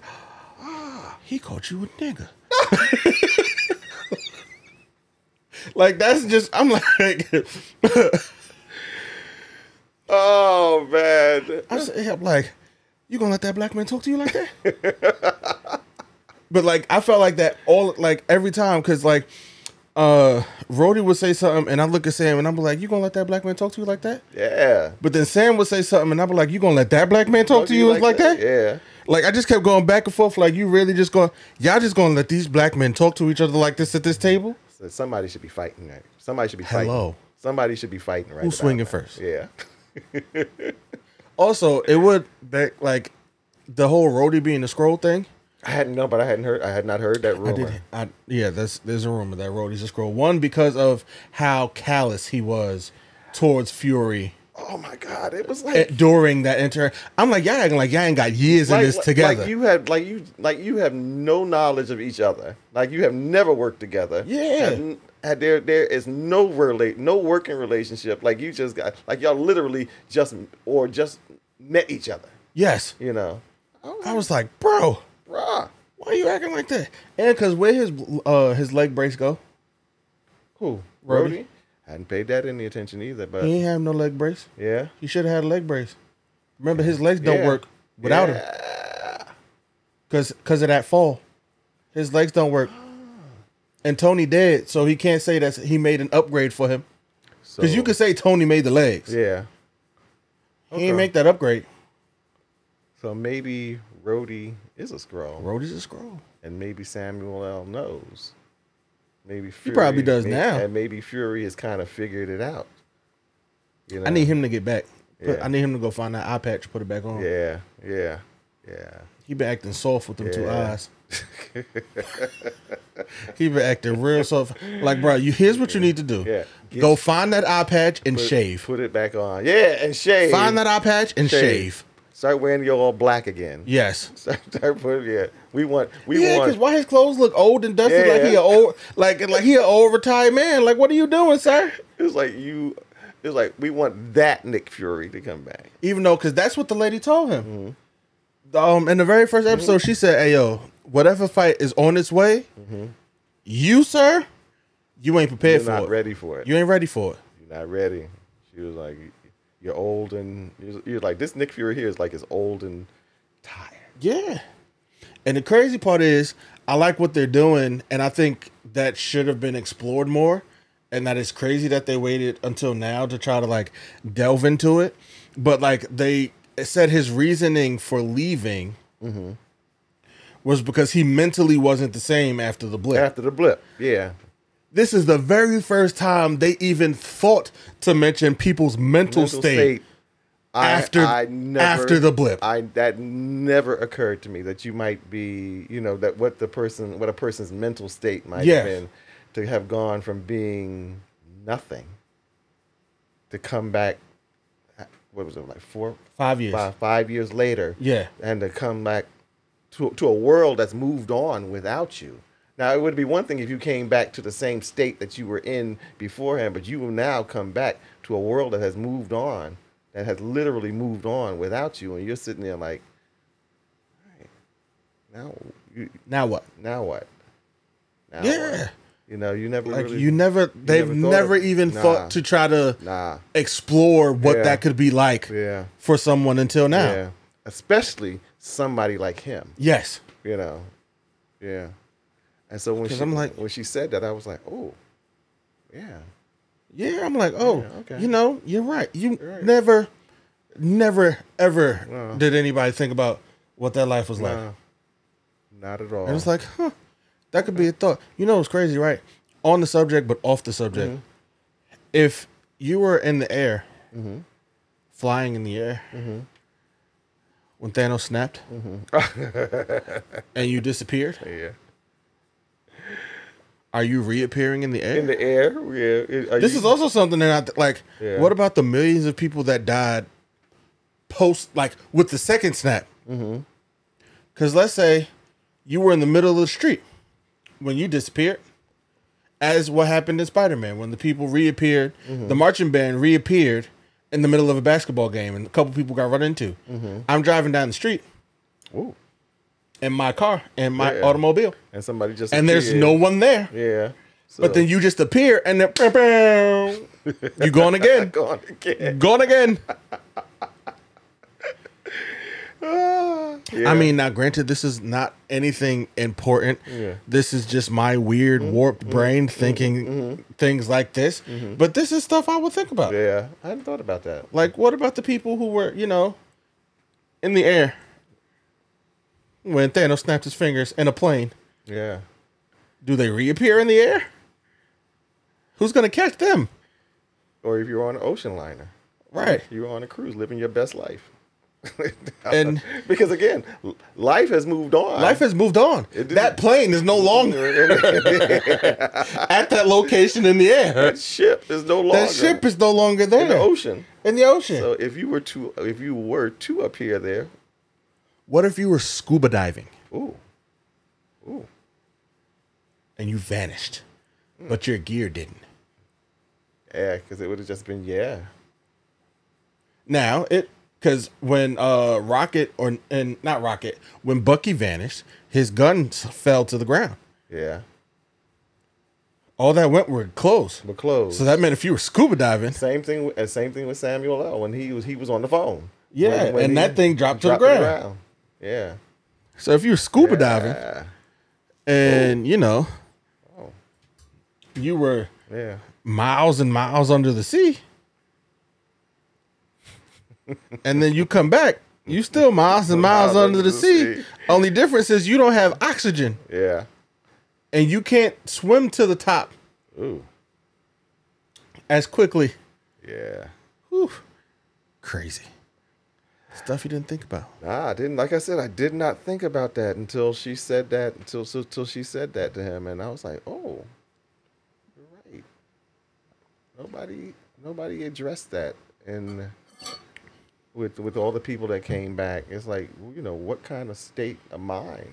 Speaker 1: ah, he called you a nigga. like that's just I'm <laughs> like.
Speaker 2: oh man,
Speaker 1: I was I'm like, you gonna let that black man talk to you like that? <laughs> but like, I felt like that all like every time because like, uh, Rhodey would say something, and I look at Sam, and I'm like, you gonna let that black man talk to you like that?
Speaker 2: yeah.
Speaker 1: But then Sam would say something, and I'm like, you gonna let that black man talk to you like, that?
Speaker 2: Yeah.
Speaker 1: Like I just kept going back and forth. Like you really just going, y'all just gonna let these black men talk to each other like this at this table?
Speaker 2: So somebody should be fighting that. Somebody should be
Speaker 1: Hello.
Speaker 2: fighting. Somebody should be fighting right.
Speaker 1: Who's
Speaker 2: about
Speaker 1: swinging
Speaker 2: now.
Speaker 1: first?
Speaker 2: Yeah.
Speaker 1: Also, it would back like the whole Rhodey being the scroll thing.
Speaker 2: I hadn't known, but I hadn't heard. I had not heard that rumor.
Speaker 1: I did. I, yeah, that's there's a rumor that Rhodey's a scroll. One because of how callous he was towards Fury
Speaker 2: Oh my god! It was
Speaker 1: eh,
Speaker 2: like
Speaker 1: during that inter. I'm like, y'all acting like y'all ain't got years
Speaker 2: like,
Speaker 1: in this
Speaker 2: like-
Speaker 1: together.
Speaker 2: Like you have, like you, like you have no knowledge of each other. Like you have never worked together.
Speaker 1: Yeah.
Speaker 2: Have n- had- there, there is no relate, no working relationship. Like you just got, like y'all literally just or just met each other.
Speaker 1: yes,
Speaker 2: You know. Oh,
Speaker 1: I was like, bro,
Speaker 2: bruh.
Speaker 1: why are you acting like that? And because where his uh his leg brace go,
Speaker 2: Who?
Speaker 1: Brody? Mm.
Speaker 2: Brody? Hadn't paid that any attention either, but
Speaker 1: he ain't have no leg brace.
Speaker 2: yeah.
Speaker 1: He should have had a leg brace. Remember, his legs don't
Speaker 2: Yeah.
Speaker 1: work without him because because of that fall. His legs don't work. And Tony dead, so he can't say that he made an upgrade for him. Because you could say Tony made the legs.
Speaker 2: Yeah.
Speaker 1: He ain't make that upgrade.
Speaker 2: So maybe Rhodey is a scroll,
Speaker 1: Rhodey's a scroll.
Speaker 2: and maybe Samuel L. knows. Maybe Fury,
Speaker 1: probably does
Speaker 2: may-
Speaker 1: now.
Speaker 2: and maybe Fury has kind of figured it out. You know?
Speaker 1: I need him to get back. Put-
Speaker 2: Yeah.
Speaker 1: I need him to go find that eye patch, put it back on.
Speaker 2: Yeah, yeah, yeah.
Speaker 1: He been acting soft with them two
Speaker 2: Yeah.
Speaker 1: eyes. he been acting real soft. Like, bro, you here's what you need to do.
Speaker 2: Yeah. Get-
Speaker 1: Go find that eye patch and shave.
Speaker 2: Put it back on. Yeah, and shave.
Speaker 1: Find that eye patch and shave.
Speaker 2: Shave. Start wearing your all black again.
Speaker 1: Yes.
Speaker 2: <laughs> Start, start putting. Yeah, we want. We
Speaker 1: Yeah,
Speaker 2: want.
Speaker 1: because why his clothes look old and dusty like he
Speaker 2: Yeah.
Speaker 1: a old like like he an old retired man. Like, what are you doing, sir?
Speaker 2: It's like you. It's like we want that Nick Fury to come back.
Speaker 1: even though because that's what the lady told him.
Speaker 2: Mm-hmm.
Speaker 1: Um, in the very first episode, she said, "Hey yo, whatever fight is on its way, you sir, you ain't prepared
Speaker 2: Mm-hmm. You're
Speaker 1: for
Speaker 2: not
Speaker 1: it.
Speaker 2: ready for it.
Speaker 1: You ain't ready for it.
Speaker 2: You're not ready. She was like, you're old and you're, you're like this Nick Fury here is like is old and tired.
Speaker 1: Yeah." And the crazy part is, I like what they're doing, and I think that should have been explored more. And that is crazy that they waited until now to try to like delve into it. But like they said, his reasoning for leaving
Speaker 2: Mm-hmm.
Speaker 1: was because he mentally wasn't the same after the blip.
Speaker 2: After the blip, yeah,
Speaker 1: this is the very first time they even thought to mention people's mental,
Speaker 2: Mental
Speaker 1: state.
Speaker 2: I-
Speaker 1: after-
Speaker 2: I never-
Speaker 1: after the blip.
Speaker 2: I that never occurred to me that you might be you know that what the person what a person's mental state might
Speaker 1: Yes.
Speaker 2: have been to have gone from being nothing to come back. What was it like four
Speaker 1: Five years.
Speaker 2: five, five years later.
Speaker 1: Yeah.
Speaker 2: And to come back to, to a world that's moved on without you. Now, it would be one thing if you came back to the same state that you were in beforehand, but you will now come back to a world that has moved on, that has literally moved on without you. And you're sitting there like, all right, now, you,
Speaker 1: Now what?
Speaker 2: now what? Now,
Speaker 1: Yeah.
Speaker 2: you know, you never
Speaker 1: Like
Speaker 2: really
Speaker 1: you never, they've
Speaker 2: never
Speaker 1: never,
Speaker 2: thought of-
Speaker 1: even
Speaker 2: Nah.
Speaker 1: thought to try to
Speaker 2: nah.
Speaker 1: explore what
Speaker 2: Yeah.
Speaker 1: that could be like
Speaker 2: Yeah.
Speaker 1: for someone until now.
Speaker 2: Yeah. Especially somebody like him,
Speaker 1: Yes,
Speaker 2: you know. Yeah. And so when
Speaker 1: 'Cause
Speaker 2: she
Speaker 1: I'm like-
Speaker 2: when she said that, I was like, oh, yeah,
Speaker 1: yeah. I'm like, oh,
Speaker 2: Yeah, okay.
Speaker 1: you know, you're right. You
Speaker 2: right.
Speaker 1: never, never, ever
Speaker 2: No.
Speaker 1: did anybody think about what that life was like.
Speaker 2: nah, not at all.
Speaker 1: And it's like, huh, that could be a thought. You know, it's crazy, right? On the subject, but off the subject.
Speaker 2: Mm-hmm.
Speaker 1: If you were in the air,
Speaker 2: Mm-hmm.
Speaker 1: flying in the air, when Thanos snapped
Speaker 2: Mm-hmm. <laughs>
Speaker 1: and you disappeared,
Speaker 2: yeah,
Speaker 1: are you reappearing in the air?
Speaker 2: in the air. Yeah, it- are
Speaker 1: this
Speaker 2: you-
Speaker 1: is also something that I th- like.
Speaker 2: Yeah.
Speaker 1: What about the millions of people that died post, like with the second snap?
Speaker 2: Mm-hmm.
Speaker 1: Because let's say you were in the middle of the street when you disappeared, as what happened in Spider Man when the people reappeared,
Speaker 2: Mm-hmm.
Speaker 1: the marching band reappeared in the middle of a basketball game, and a couple people got run into. I'm driving down the street
Speaker 2: Mm-hmm. Ooh.
Speaker 1: in my car in my
Speaker 2: Yeah.
Speaker 1: automobile,
Speaker 2: and somebody just
Speaker 1: and there's
Speaker 2: appeared.
Speaker 1: no one there.
Speaker 2: yeah. So,
Speaker 1: But then you just appear, and then pow, pow, you gone
Speaker 2: <laughs>
Speaker 1: again.
Speaker 2: go on again.
Speaker 1: Gone again.
Speaker 2: Ah, yeah.
Speaker 1: I mean, now granted, this is not anything important.
Speaker 2: Yeah. Mm-hmm.
Speaker 1: This is just my weird, warped brain thinking things like this. But this is stuff I would think about.
Speaker 2: Mm-hmm. yeah, I hadn't thought about that.
Speaker 1: Like, what about the people who were, you know, in the air when Thanos snapped his fingers in a plane?
Speaker 2: Yeah,
Speaker 1: Do they reappear in the air? Who's gonna catch them?
Speaker 2: or if you're on an ocean liner,
Speaker 1: Right.
Speaker 2: you're on a cruise, living your best life. <laughs>
Speaker 1: And-
Speaker 2: because again, l- life has moved on.
Speaker 1: Life has moved on.
Speaker 2: didn't-
Speaker 1: That plane is no
Speaker 2: <laughs>
Speaker 1: longer at that location in the air.
Speaker 2: that ship is no longer
Speaker 1: That ship is no longer there.
Speaker 2: in the ocean.
Speaker 1: In the ocean.
Speaker 2: So if you were to if you were to appear there,
Speaker 1: What if you were scuba diving
Speaker 2: ooh, ooh,
Speaker 1: and you vanished, but your gear didn't?
Speaker 2: yeah, because it would have just been yeah,
Speaker 1: Now it because when uh Rocket or and not Rocket when Bucky vanished, his guns fell to the ground.
Speaker 2: yeah,
Speaker 1: All that went were clothes.
Speaker 2: but clothes.
Speaker 1: So that meant if you were scuba diving,
Speaker 2: same thing. with- And same thing with Samuel L. When he was he was on the phone.
Speaker 1: yeah,
Speaker 2: When- when
Speaker 1: and
Speaker 2: he
Speaker 1: that thing dropped to the
Speaker 2: dropped
Speaker 1: ground.
Speaker 2: Yeah.
Speaker 1: So if you were scuba diving
Speaker 2: Yeah.
Speaker 1: and you know
Speaker 2: Oh.
Speaker 1: you were
Speaker 2: Yeah.
Speaker 1: miles and miles under the sea, and then you come back, you still miles and miles under the sea. Only difference is you don't have oxygen.
Speaker 2: Yeah.
Speaker 1: and you can't swim to the top
Speaker 2: Ooh.
Speaker 1: as quickly.
Speaker 2: Yeah.
Speaker 1: Whew. Crazy stuff you didn't think about.
Speaker 2: Nah, I didn't. Like I said, I did not think about that until she said that. Until so, till she said that to him, and I was like, oh, you're right. Nobody, nobody addressed that, and with with all the people that came back, it's like you know what kind of state of mind.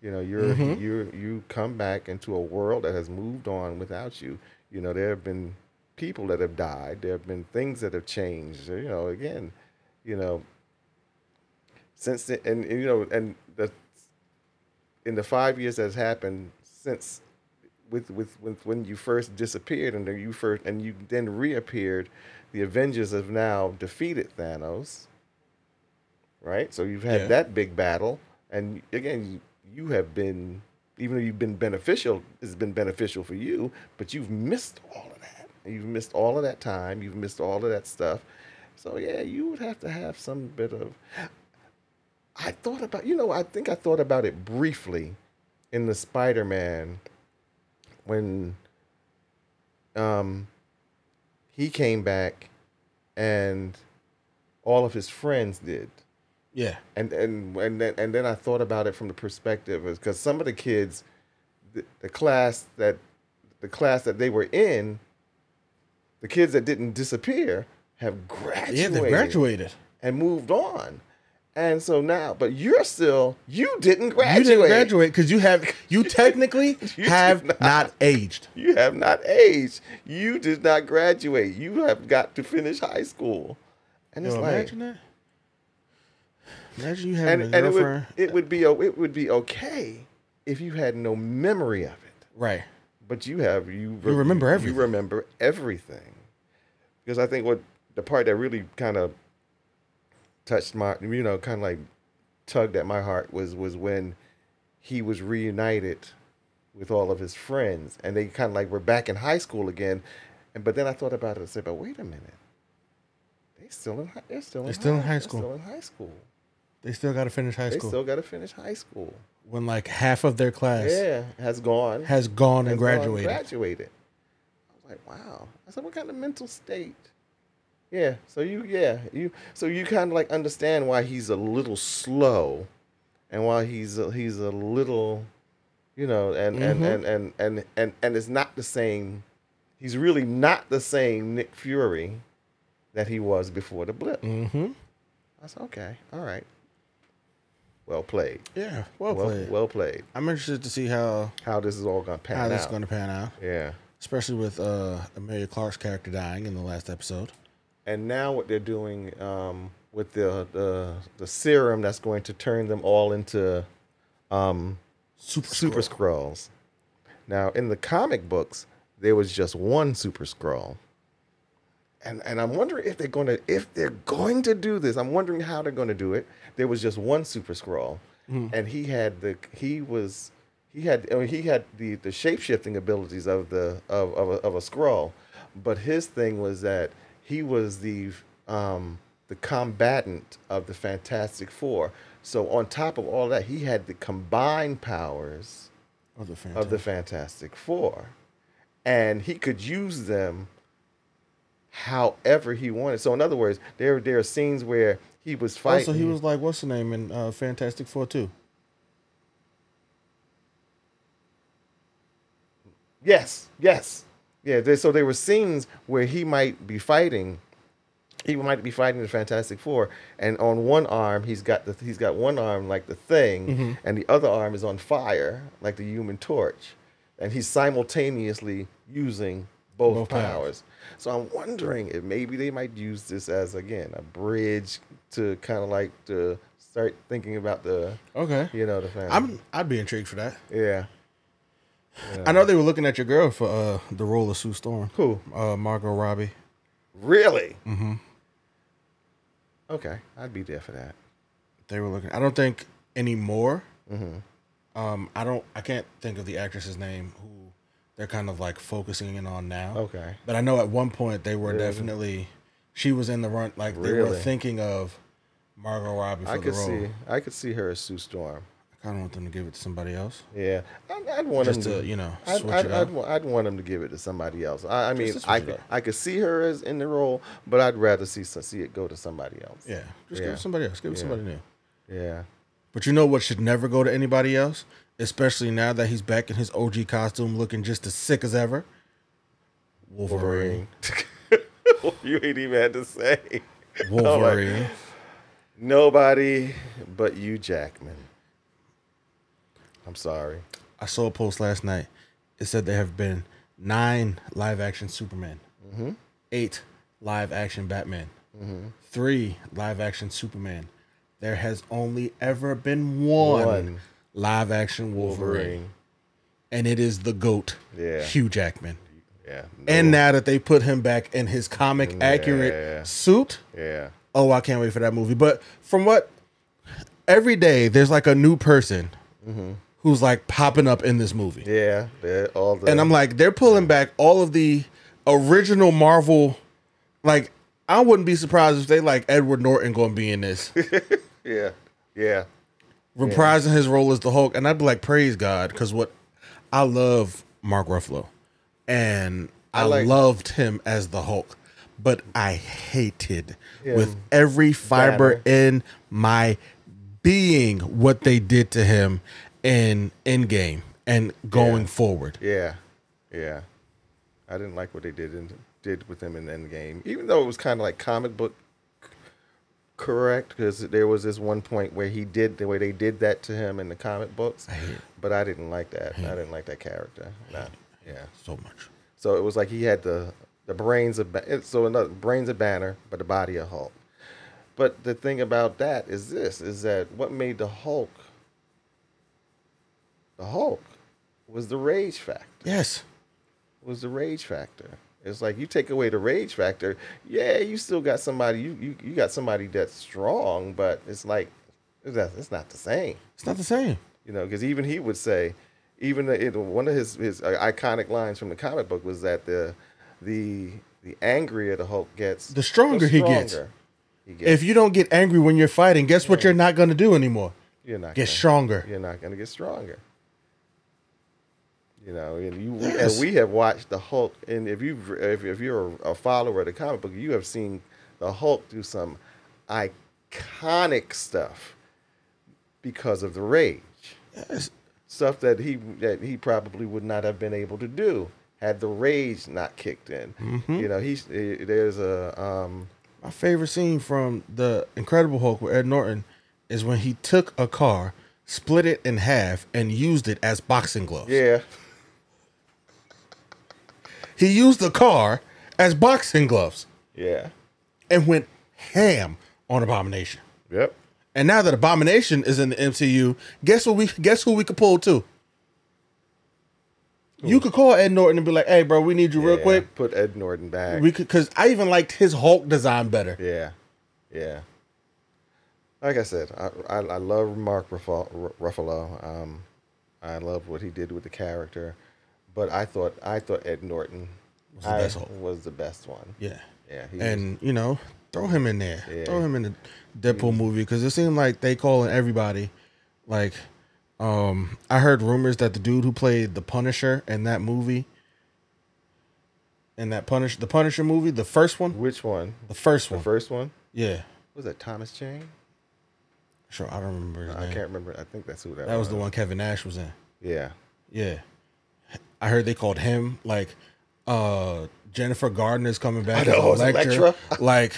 Speaker 2: You know, you're you you come back into a world that has moved on without you. You know, there have been people that have died. There have been things that have changed. You know, again, you know, since the, and, and, you know and the in the five years that's happened since with with, with when you first disappeared and then you first and you then reappeared the avengers have now defeated thanos right so you've had
Speaker 1: Yeah.
Speaker 2: that big battle and again you, you have been even though you've been beneficial it's been beneficial for you but you've missed all of that you've missed all of that time you've missed all of that stuff so yeah you would have to have some bit of I thought about you know I think I thought about it briefly in the Spider Man when um he came back and all of his friends did
Speaker 1: Yeah,
Speaker 2: and and and then, and then I thought about it from the perspective is because some of the kids the, the class that the class that they were in the kids that didn't disappear have graduated
Speaker 1: yeah, they graduated.
Speaker 2: and moved on. And so now, but you're still you didn't graduate.
Speaker 1: You didn't graduate because you have you technically
Speaker 2: You
Speaker 1: have
Speaker 2: did
Speaker 1: not. aged.
Speaker 2: You have not aged. You did not graduate. You have got to finish high school. And it's
Speaker 1: Yo,
Speaker 2: like
Speaker 1: imagine that. Imagine you having
Speaker 2: and,
Speaker 1: a
Speaker 2: and it
Speaker 1: girlfriend.
Speaker 2: would it would be o- it would be okay if you had no memory of it.
Speaker 1: Right.
Speaker 2: But you have you,
Speaker 1: You remember everything.
Speaker 2: You remember everything. Because I think what the part that really kind of touched my you know kind of like tugged at my heart was was when he was reunited with all of his friends and they kind of like were back in high school again. And but then I thought about it and said, but wait a minute. They still in high, they're still in
Speaker 1: They're still in high
Speaker 2: they're
Speaker 1: school.
Speaker 2: Still in high school.
Speaker 1: They still got to finish high
Speaker 2: They
Speaker 1: school.
Speaker 2: still got to finish high school.
Speaker 1: when like half of their class
Speaker 2: Yeah, has gone.
Speaker 1: has gone and
Speaker 2: as well as
Speaker 1: graduated.
Speaker 2: graduated. I was like, wow. I said, what kind of mental state? Yeah. So you, yeah, you. So you kind of like understand why he's a little slow, and why he's a, he's a little, you know, and
Speaker 1: Mm-hmm.
Speaker 2: and, and and and and and it's not the same. He's really not the same Nick Fury that he was before the blip.
Speaker 1: mm-hmm.
Speaker 2: I said, okay, all right. Well played.
Speaker 1: Yeah. Well,
Speaker 2: Well,
Speaker 1: played.
Speaker 2: well played.
Speaker 1: I'm interested to see how
Speaker 2: How this is all gonna pan
Speaker 1: how
Speaker 2: out?
Speaker 1: this is going to pan out,
Speaker 2: yeah.
Speaker 1: especially with uh, Amelia Clark's character dying in the last episode.
Speaker 2: and now what they're doing um, with the, the the serum that's going to turn them all into um,
Speaker 1: Super
Speaker 2: super
Speaker 1: Scroll.
Speaker 2: scrolls. Now, in the comic books, there was just one super scroll, and and I'm wondering if they're going to if they're going to do this. I'm wondering how they're going to do it. There was just one super scroll, and he had the he was he had I mean, he had the the shape shifting abilities of the of of a, of a scroll, but his thing was that he was the um the combatant of the Fantastic Four. So on top of all that, he had the combined powers
Speaker 1: of the
Speaker 2: of the Fantastic Four, and he could use them however he wanted. So, in other words, there there are scenes where he was fighting.
Speaker 1: Also, Oh, he was like, what's the name in uh, Fantastic Four too?
Speaker 2: yes, yes, yeah. There, so there were scenes where he might be fighting. He might be fighting the Fantastic Four, and on one arm he's got the he's got one arm like the Thing, and the other arm is on fire like the Human Torch, and he's simultaneously using both,
Speaker 1: Both powers.
Speaker 2: powers. So I'm wondering if maybe they might use this as again a bridge to kind of like to start thinking about the
Speaker 1: Okay.
Speaker 2: you know the family.
Speaker 1: I'm I'd be intrigued for that.
Speaker 2: yeah.
Speaker 1: I know they were looking at your girl for uh, the role of Sue Storm.
Speaker 2: Who?
Speaker 1: Uh, Margot Robbie.
Speaker 2: Really? Mm-hmm. Okay, I'd be there for that.
Speaker 1: They were looking. I don't think anymore. Um, I don't. I can't think of the actress's name who they're kind of like focusing in on now.
Speaker 2: Okay.
Speaker 1: But I know at one point they were definitely. She was in the run. Like they were
Speaker 2: Really?
Speaker 1: thinking of Margot Robbie for
Speaker 2: I
Speaker 1: the
Speaker 2: could
Speaker 1: role.
Speaker 2: see I could see her as Sue Storm.
Speaker 1: I kind of want them to give it to somebody else.
Speaker 2: Yeah, I'd, I'd want
Speaker 1: Just
Speaker 2: him
Speaker 1: to, you know,
Speaker 2: I'd,
Speaker 1: switch
Speaker 2: I'd,
Speaker 1: it
Speaker 2: I'd,
Speaker 1: up.
Speaker 2: wa- I'd want him to give it to somebody else. I, I mean,
Speaker 1: to switch
Speaker 2: I
Speaker 1: it
Speaker 2: could,
Speaker 1: up.
Speaker 2: I could see her as in the role, but I'd rather see see it go to somebody else.
Speaker 1: Yeah. Just
Speaker 2: Yeah.
Speaker 1: give it to somebody else. Give it to
Speaker 2: Yeah.
Speaker 1: somebody new.
Speaker 2: yeah, <laughs>
Speaker 1: But you know what should never go to anybody else, especially now that he's back in his OG costume, looking just as sick as ever. Wolverine.
Speaker 2: Wolverine. you ain't even had to say <laughs> Oh
Speaker 1: Wolverine.
Speaker 2: nobody but you, Jackman. I'm sorry.
Speaker 1: I saw a post last night. It said there have been nine live action Superman,
Speaker 2: Mm-hmm.
Speaker 1: eight live action Batman, three live action Superman. There has only ever been one,
Speaker 2: One.
Speaker 1: live action Wolverine,
Speaker 2: Wolverine.
Speaker 1: and it is the GOAT,
Speaker 2: Yeah.
Speaker 1: Hugh Jackman.
Speaker 2: Yeah. no-
Speaker 1: And now that they put him back in his comic
Speaker 2: Yeah.
Speaker 1: accurate suit,
Speaker 2: yeah.
Speaker 1: oh, I can't wait for that movie. But from what every day, there's like a new person
Speaker 2: Mm-hmm.
Speaker 1: who's like popping up in this movie.
Speaker 2: Yeah, they're all the
Speaker 1: And I'm like, they're pulling back all of the original Marvel. Like, I wouldn't be surprised if they like Edward Norton going to be in this,
Speaker 2: <laughs> yeah, yeah,
Speaker 1: reprising his role as the Hulk. And I'd be like, praise God, because what I love Mark Ruffalo, and I,
Speaker 2: like-
Speaker 1: loved him as the Hulk, but I hated with every fiber in my being what they did to him in Endgame and going forward.
Speaker 2: yeah, yeah. I didn't like what they did in, did with him in Endgame, even though it was kind of like comic book c- correct because there was this one point where he did the way they did that to him in the comic books. but I didn't like that. I didn't like that character. Nah. Yeah.
Speaker 1: So much.
Speaker 2: So it was like he had the the brains of Ba- so another brains of Banner, but the body of Hulk. But the thing about that is this: is that what made the Hulk the Hulk was the rage factor.
Speaker 1: Yes.
Speaker 2: Was the rage factor. It's like you take away the rage factor, yeah, you still got somebody you you, you got somebody that's strong, but it's like it's not, it's not the same.
Speaker 1: It's not the same.
Speaker 2: You know, because even he would say, even the, it, one of his his iconic lines from the comic book was that the the the angrier the Hulk gets,
Speaker 1: The stronger he gets.
Speaker 2: stronger he gets.
Speaker 1: If you don't get angry when you're fighting, guess what you're not going to do anymore?
Speaker 2: you're not
Speaker 1: Get
Speaker 2: gonna-
Speaker 1: stronger.
Speaker 2: you're not going to get stronger. You know, and you
Speaker 1: Yes.
Speaker 2: and we have watched the Hulk, and if you if, if you're a, a follower of the comic book, you have seen the Hulk do some iconic stuff because of the rage,
Speaker 1: Yes.
Speaker 2: stuff that he that he probably would not have been able to do had the rage not kicked in.
Speaker 1: Mm-hmm.
Speaker 2: You know, he's eh, there's a um,
Speaker 1: My favorite scene from the Incredible Hulk with Ed Norton is when he took a car, split it in half, and used it as boxing gloves. <laughs>
Speaker 2: yeah,
Speaker 1: He used the car as boxing gloves
Speaker 2: yeah,
Speaker 1: and went ham on Abomination.
Speaker 2: yep,
Speaker 1: And now that Abomination is in the MCU, guess what we guess who we could pull to? You could call Ed Norton and be like, "Hey, bro, we need you real
Speaker 2: Yeah.
Speaker 1: quick."
Speaker 2: Put Ed Norton back.
Speaker 1: We could because I even liked his Hulk design better.
Speaker 2: Yeah, yeah. Like I said, I I, I love Mark Ruffalo. Ruffalo. Um, I love what he did with the character, but I thought I thought Ed Norton was
Speaker 1: the best Hulk.
Speaker 2: was the best one.
Speaker 1: Yeah,
Speaker 2: Yeah, he
Speaker 1: and you know, throw him in there,
Speaker 2: Yeah.
Speaker 1: throw him in the Deadpool movie because it seemed like they calling everybody. Like, um, I heard rumors that the dude who played the Punisher in that movie, in that Punish the Punisher movie, the first one,
Speaker 2: which one?
Speaker 1: the first
Speaker 2: The
Speaker 1: one,
Speaker 2: first one
Speaker 1: yeah,
Speaker 2: was that Thomas Jane?
Speaker 1: sure, I don't remember. His
Speaker 2: I
Speaker 1: name.
Speaker 2: can't remember. I think that's who that,
Speaker 1: That was the one Kevin Nash was in.
Speaker 2: Yeah,
Speaker 1: Yeah. I heard they called him like uh Jennifer Gardner's coming back.
Speaker 2: I know,
Speaker 1: as
Speaker 2: as Elektra.
Speaker 1: <laughs> like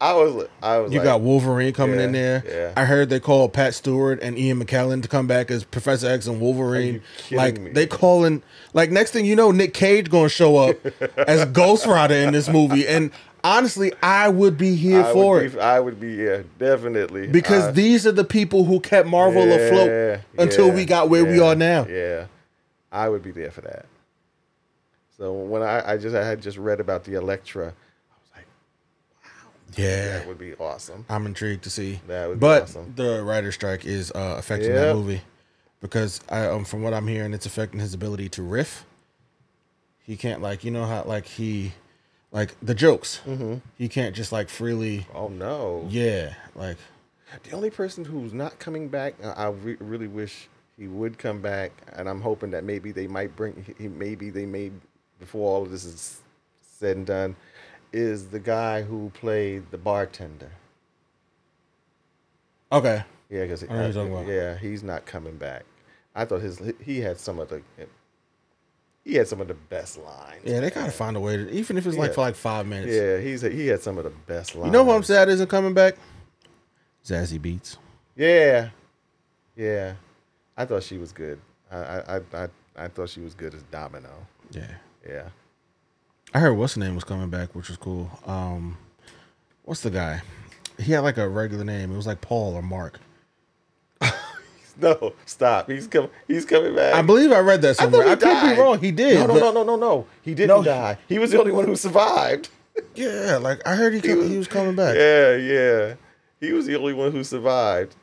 Speaker 2: I was. I was.
Speaker 1: you
Speaker 2: like,
Speaker 1: got Wolverine coming in
Speaker 2: Yeah,
Speaker 1: there.
Speaker 2: yeah.
Speaker 1: I heard they called Pat Stewart and Ian McKellen to come back as Professor X and
Speaker 2: Are
Speaker 1: Wolverine.
Speaker 2: you kidding
Speaker 1: Like
Speaker 2: me?
Speaker 1: they calling like next thing you know, Nick Cage gonna show
Speaker 2: <laughs>
Speaker 1: up as Ghost Rider in this movie. And honestly, I would be here
Speaker 2: I
Speaker 1: for
Speaker 2: would
Speaker 1: it.
Speaker 2: be, I would be. Yeah, definitely.
Speaker 1: because
Speaker 2: I-
Speaker 1: these are the people who kept Marvel afloat until
Speaker 2: yeah,
Speaker 1: we got where we
Speaker 2: yeah,
Speaker 1: are now.
Speaker 2: Yeah, I would be there for that. So when I, I just I had just read about the Electra, I was like,
Speaker 1: yeah.
Speaker 2: that would be awesome.
Speaker 1: I'm intrigued to see.
Speaker 2: That would be
Speaker 1: but
Speaker 2: awesome.
Speaker 1: the writer strike is uh, affecting that
Speaker 2: Yep.
Speaker 1: movie because I, um, from what I'm hearing, it's affecting his ability to riff. He can't like you know how like he like the jokes.
Speaker 2: Mm-hmm.
Speaker 1: He can't just like freely.
Speaker 2: Oh no!
Speaker 1: Yeah, like
Speaker 2: The only person who's not coming back, uh, I re- really wish he would come back, and I'm hoping that maybe they might bring. He, maybe they may before all of this is said and done, is the guy who played the bartender.
Speaker 1: okay,
Speaker 2: Yeah, because
Speaker 1: I know who you're talking about.
Speaker 2: yeah, he's not coming back. I thought his he had some of the he had some of the best lines.
Speaker 1: yeah, they gotta find a way to even if it's like
Speaker 2: Yeah.
Speaker 1: for like five minutes.
Speaker 2: Yeah, he's he had some of the best lines.
Speaker 1: You know who I'm sad isn't coming back? Zazzy Beats.
Speaker 2: Yeah, yeah. I thought she was good. I I I I, I thought she was good as Domino.
Speaker 1: Yeah,
Speaker 2: Yeah, <laughs>
Speaker 1: I heard what's the name was coming back, which was cool. Um, what's the guy? He had like a regular name. It was like Paul or Mark.
Speaker 2: no, stop. He's coming. He's coming back.
Speaker 1: I believe I read that
Speaker 2: I thought
Speaker 1: somewhere.
Speaker 2: he
Speaker 1: I, could
Speaker 2: died.
Speaker 1: be wrong. He did.
Speaker 2: No, no,
Speaker 1: but-
Speaker 2: no, no, no, no. He didn't
Speaker 1: No, he-
Speaker 2: die. He was the only one who survived.
Speaker 1: Yeah, like I heard he come, he, was, coming back.
Speaker 2: Yeah, yeah. He was the only one who survived.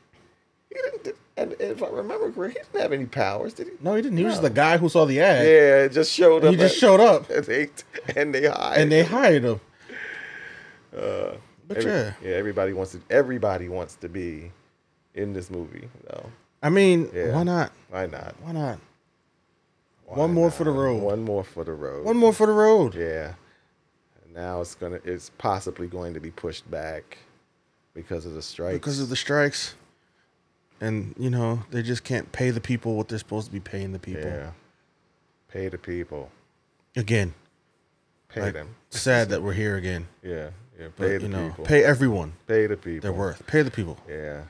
Speaker 2: He didn't, did- and and if I remember correctly, he didn't have any powers, did he?
Speaker 1: No, he didn't. He was just
Speaker 2: No.
Speaker 1: the guy who saw the ad.
Speaker 2: Yeah, it just showed up.
Speaker 1: He just
Speaker 2: at-
Speaker 1: showed up
Speaker 2: <laughs> And they and they hired.
Speaker 1: and they hired him.
Speaker 2: uh,
Speaker 1: But
Speaker 2: every-
Speaker 1: yeah.
Speaker 2: yeah. Everybody wants to. Everybody wants to be in this movie. though.
Speaker 1: I mean,
Speaker 2: Yeah.
Speaker 1: why not?
Speaker 2: why not?
Speaker 1: Why not?
Speaker 2: Why
Speaker 1: One more for the
Speaker 2: not?
Speaker 1: road.
Speaker 2: One more for the road.
Speaker 1: One more for the road.
Speaker 2: Yeah. Now it's gonna. It's possibly going to be pushed back because of the strike.
Speaker 1: Because of the strikes. And, you know, they just can't pay the people what they're supposed to be paying the people.
Speaker 2: yeah. Pay the people.
Speaker 1: Again,
Speaker 2: Pay
Speaker 1: Like-
Speaker 2: them.
Speaker 1: sad that we're here again.
Speaker 2: Yeah, yeah. Pay
Speaker 1: But,
Speaker 2: the
Speaker 1: you know,
Speaker 2: people. Pay,
Speaker 1: pay everyone
Speaker 2: the people.
Speaker 1: their worth. Pay the people.
Speaker 2: Yeah,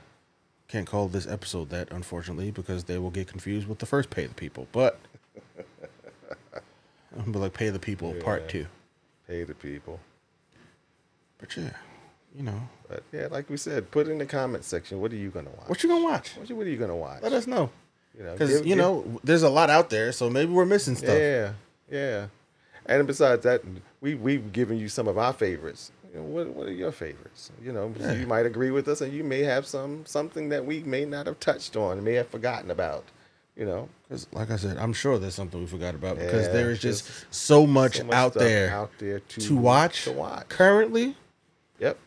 Speaker 1: Can't call this episode that, unfortunately, because they will get confused with the first Pay the People. But <laughs> I'm gonna be like Pay the People Part
Speaker 2: Yeah.
Speaker 1: Two.
Speaker 2: pay the people.
Speaker 1: But yeah, you know
Speaker 2: But yeah, like we said, put in the comment section. What are you gonna watch?
Speaker 1: what you gonna watch?
Speaker 2: What you, what are you gonna watch?
Speaker 1: Let us know.
Speaker 2: You know,
Speaker 1: Because
Speaker 2: give-
Speaker 1: you
Speaker 2: give-
Speaker 1: know, there's a lot out there, so maybe we're missing stuff.
Speaker 2: Yeah, yeah. And besides that, we we've given you some of our favorites. You know, what what are your favorites? You know, you might agree with us, and you may have some something that we may not have touched on, may have forgotten about. You know,
Speaker 1: 'Cause like I said, I'm sure there's something we forgot about because
Speaker 2: Yeah,
Speaker 1: there is
Speaker 2: just
Speaker 1: just so much,
Speaker 2: So much
Speaker 1: out
Speaker 2: stuff
Speaker 1: there
Speaker 2: out there to
Speaker 1: to watch.
Speaker 2: to watch.
Speaker 1: Currently,
Speaker 2: Yep,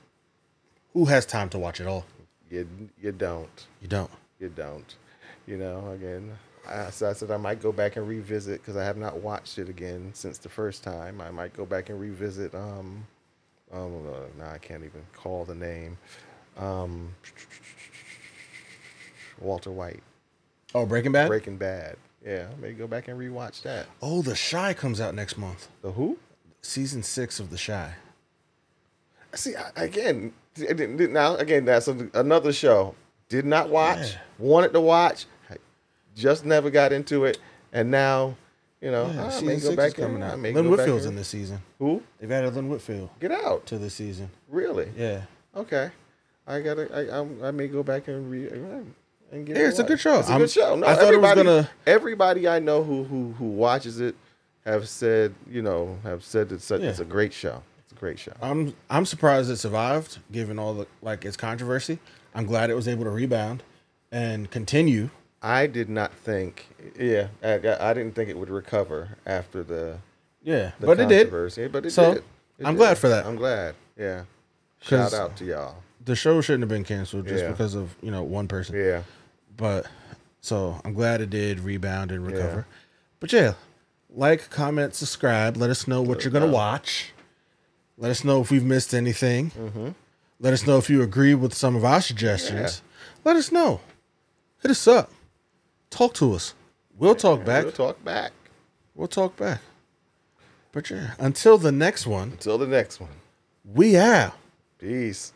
Speaker 1: who has time to watch it all?
Speaker 2: you you don't.
Speaker 1: You don't.
Speaker 2: you don't. You know, again, I, so I said I might go back and revisit because I have not watched it again since the first time. I might go back and revisit. Um, um, no, I can't even call the name. Um, Walter White,
Speaker 1: Oh, Breaking Bad.
Speaker 2: Breaking Bad. Yeah, maybe go back and rewatch that.
Speaker 1: oh, The Shy comes out next month.
Speaker 2: The Who?
Speaker 1: Season six of The Shy.
Speaker 2: See, I, again, I didn't, didn't- now again, that's a, another show. Did not watch,
Speaker 1: Yeah.
Speaker 2: wanted to watch, just never got into it, and now, you know,
Speaker 1: Yeah,
Speaker 2: Uh, I may
Speaker 1: season
Speaker 2: go
Speaker 1: six
Speaker 2: back
Speaker 1: is coming
Speaker 2: and, I
Speaker 1: out.
Speaker 2: may
Speaker 1: Lynn
Speaker 2: go back
Speaker 1: Whitfield's in
Speaker 2: and-
Speaker 1: this season.
Speaker 2: Who?
Speaker 1: They've added Lynn Whitfield
Speaker 2: Get out!
Speaker 1: to this season.
Speaker 2: Really?
Speaker 1: Yeah.
Speaker 2: Okay. I gotta. I, I'm- I may go back and re. And give
Speaker 1: Yeah,
Speaker 2: it
Speaker 1: it's a
Speaker 2: watch.
Speaker 1: good show.
Speaker 2: It's a
Speaker 1: I'm-
Speaker 2: good show. No,
Speaker 1: I thought it was
Speaker 2: everybody,
Speaker 1: gonna-
Speaker 2: Everybody I know who who who watches it have said you know have said it's a, it's
Speaker 1: Yeah.
Speaker 2: a great show. It's a great show.
Speaker 1: I'm I'm surprised it survived, given all the like its controversy. I'm glad it was able to rebound and continue.
Speaker 2: I did not think. Yeah, I, I- I didn't think it would recover after the,
Speaker 1: Yeah,
Speaker 2: the
Speaker 1: but it did.
Speaker 2: controversy, But it
Speaker 1: So,
Speaker 2: did. It
Speaker 1: I'm
Speaker 2: did.
Speaker 1: glad for that.
Speaker 2: I'm glad. Yeah.
Speaker 1: 'Cause-
Speaker 2: Shout out to y'all.
Speaker 1: The show shouldn't have been canceled just
Speaker 2: Yeah.
Speaker 1: because of you know one person.
Speaker 2: Yeah.
Speaker 1: But so I'm glad it did rebound and recover. But yeah, like, comment, subscribe. Let us know what you're gonna
Speaker 2: Uh,
Speaker 1: watch. Let us know if we've missed anything.
Speaker 2: Mm-hmm.
Speaker 1: Let us know if you agree with some of our suggestions. Let us know. Hit us up. Talk to us. We'll talk back.
Speaker 2: We'll talk back
Speaker 1: We'll talk back. But yeah, until the next one,
Speaker 2: until the next one.
Speaker 1: we out.
Speaker 2: Peace.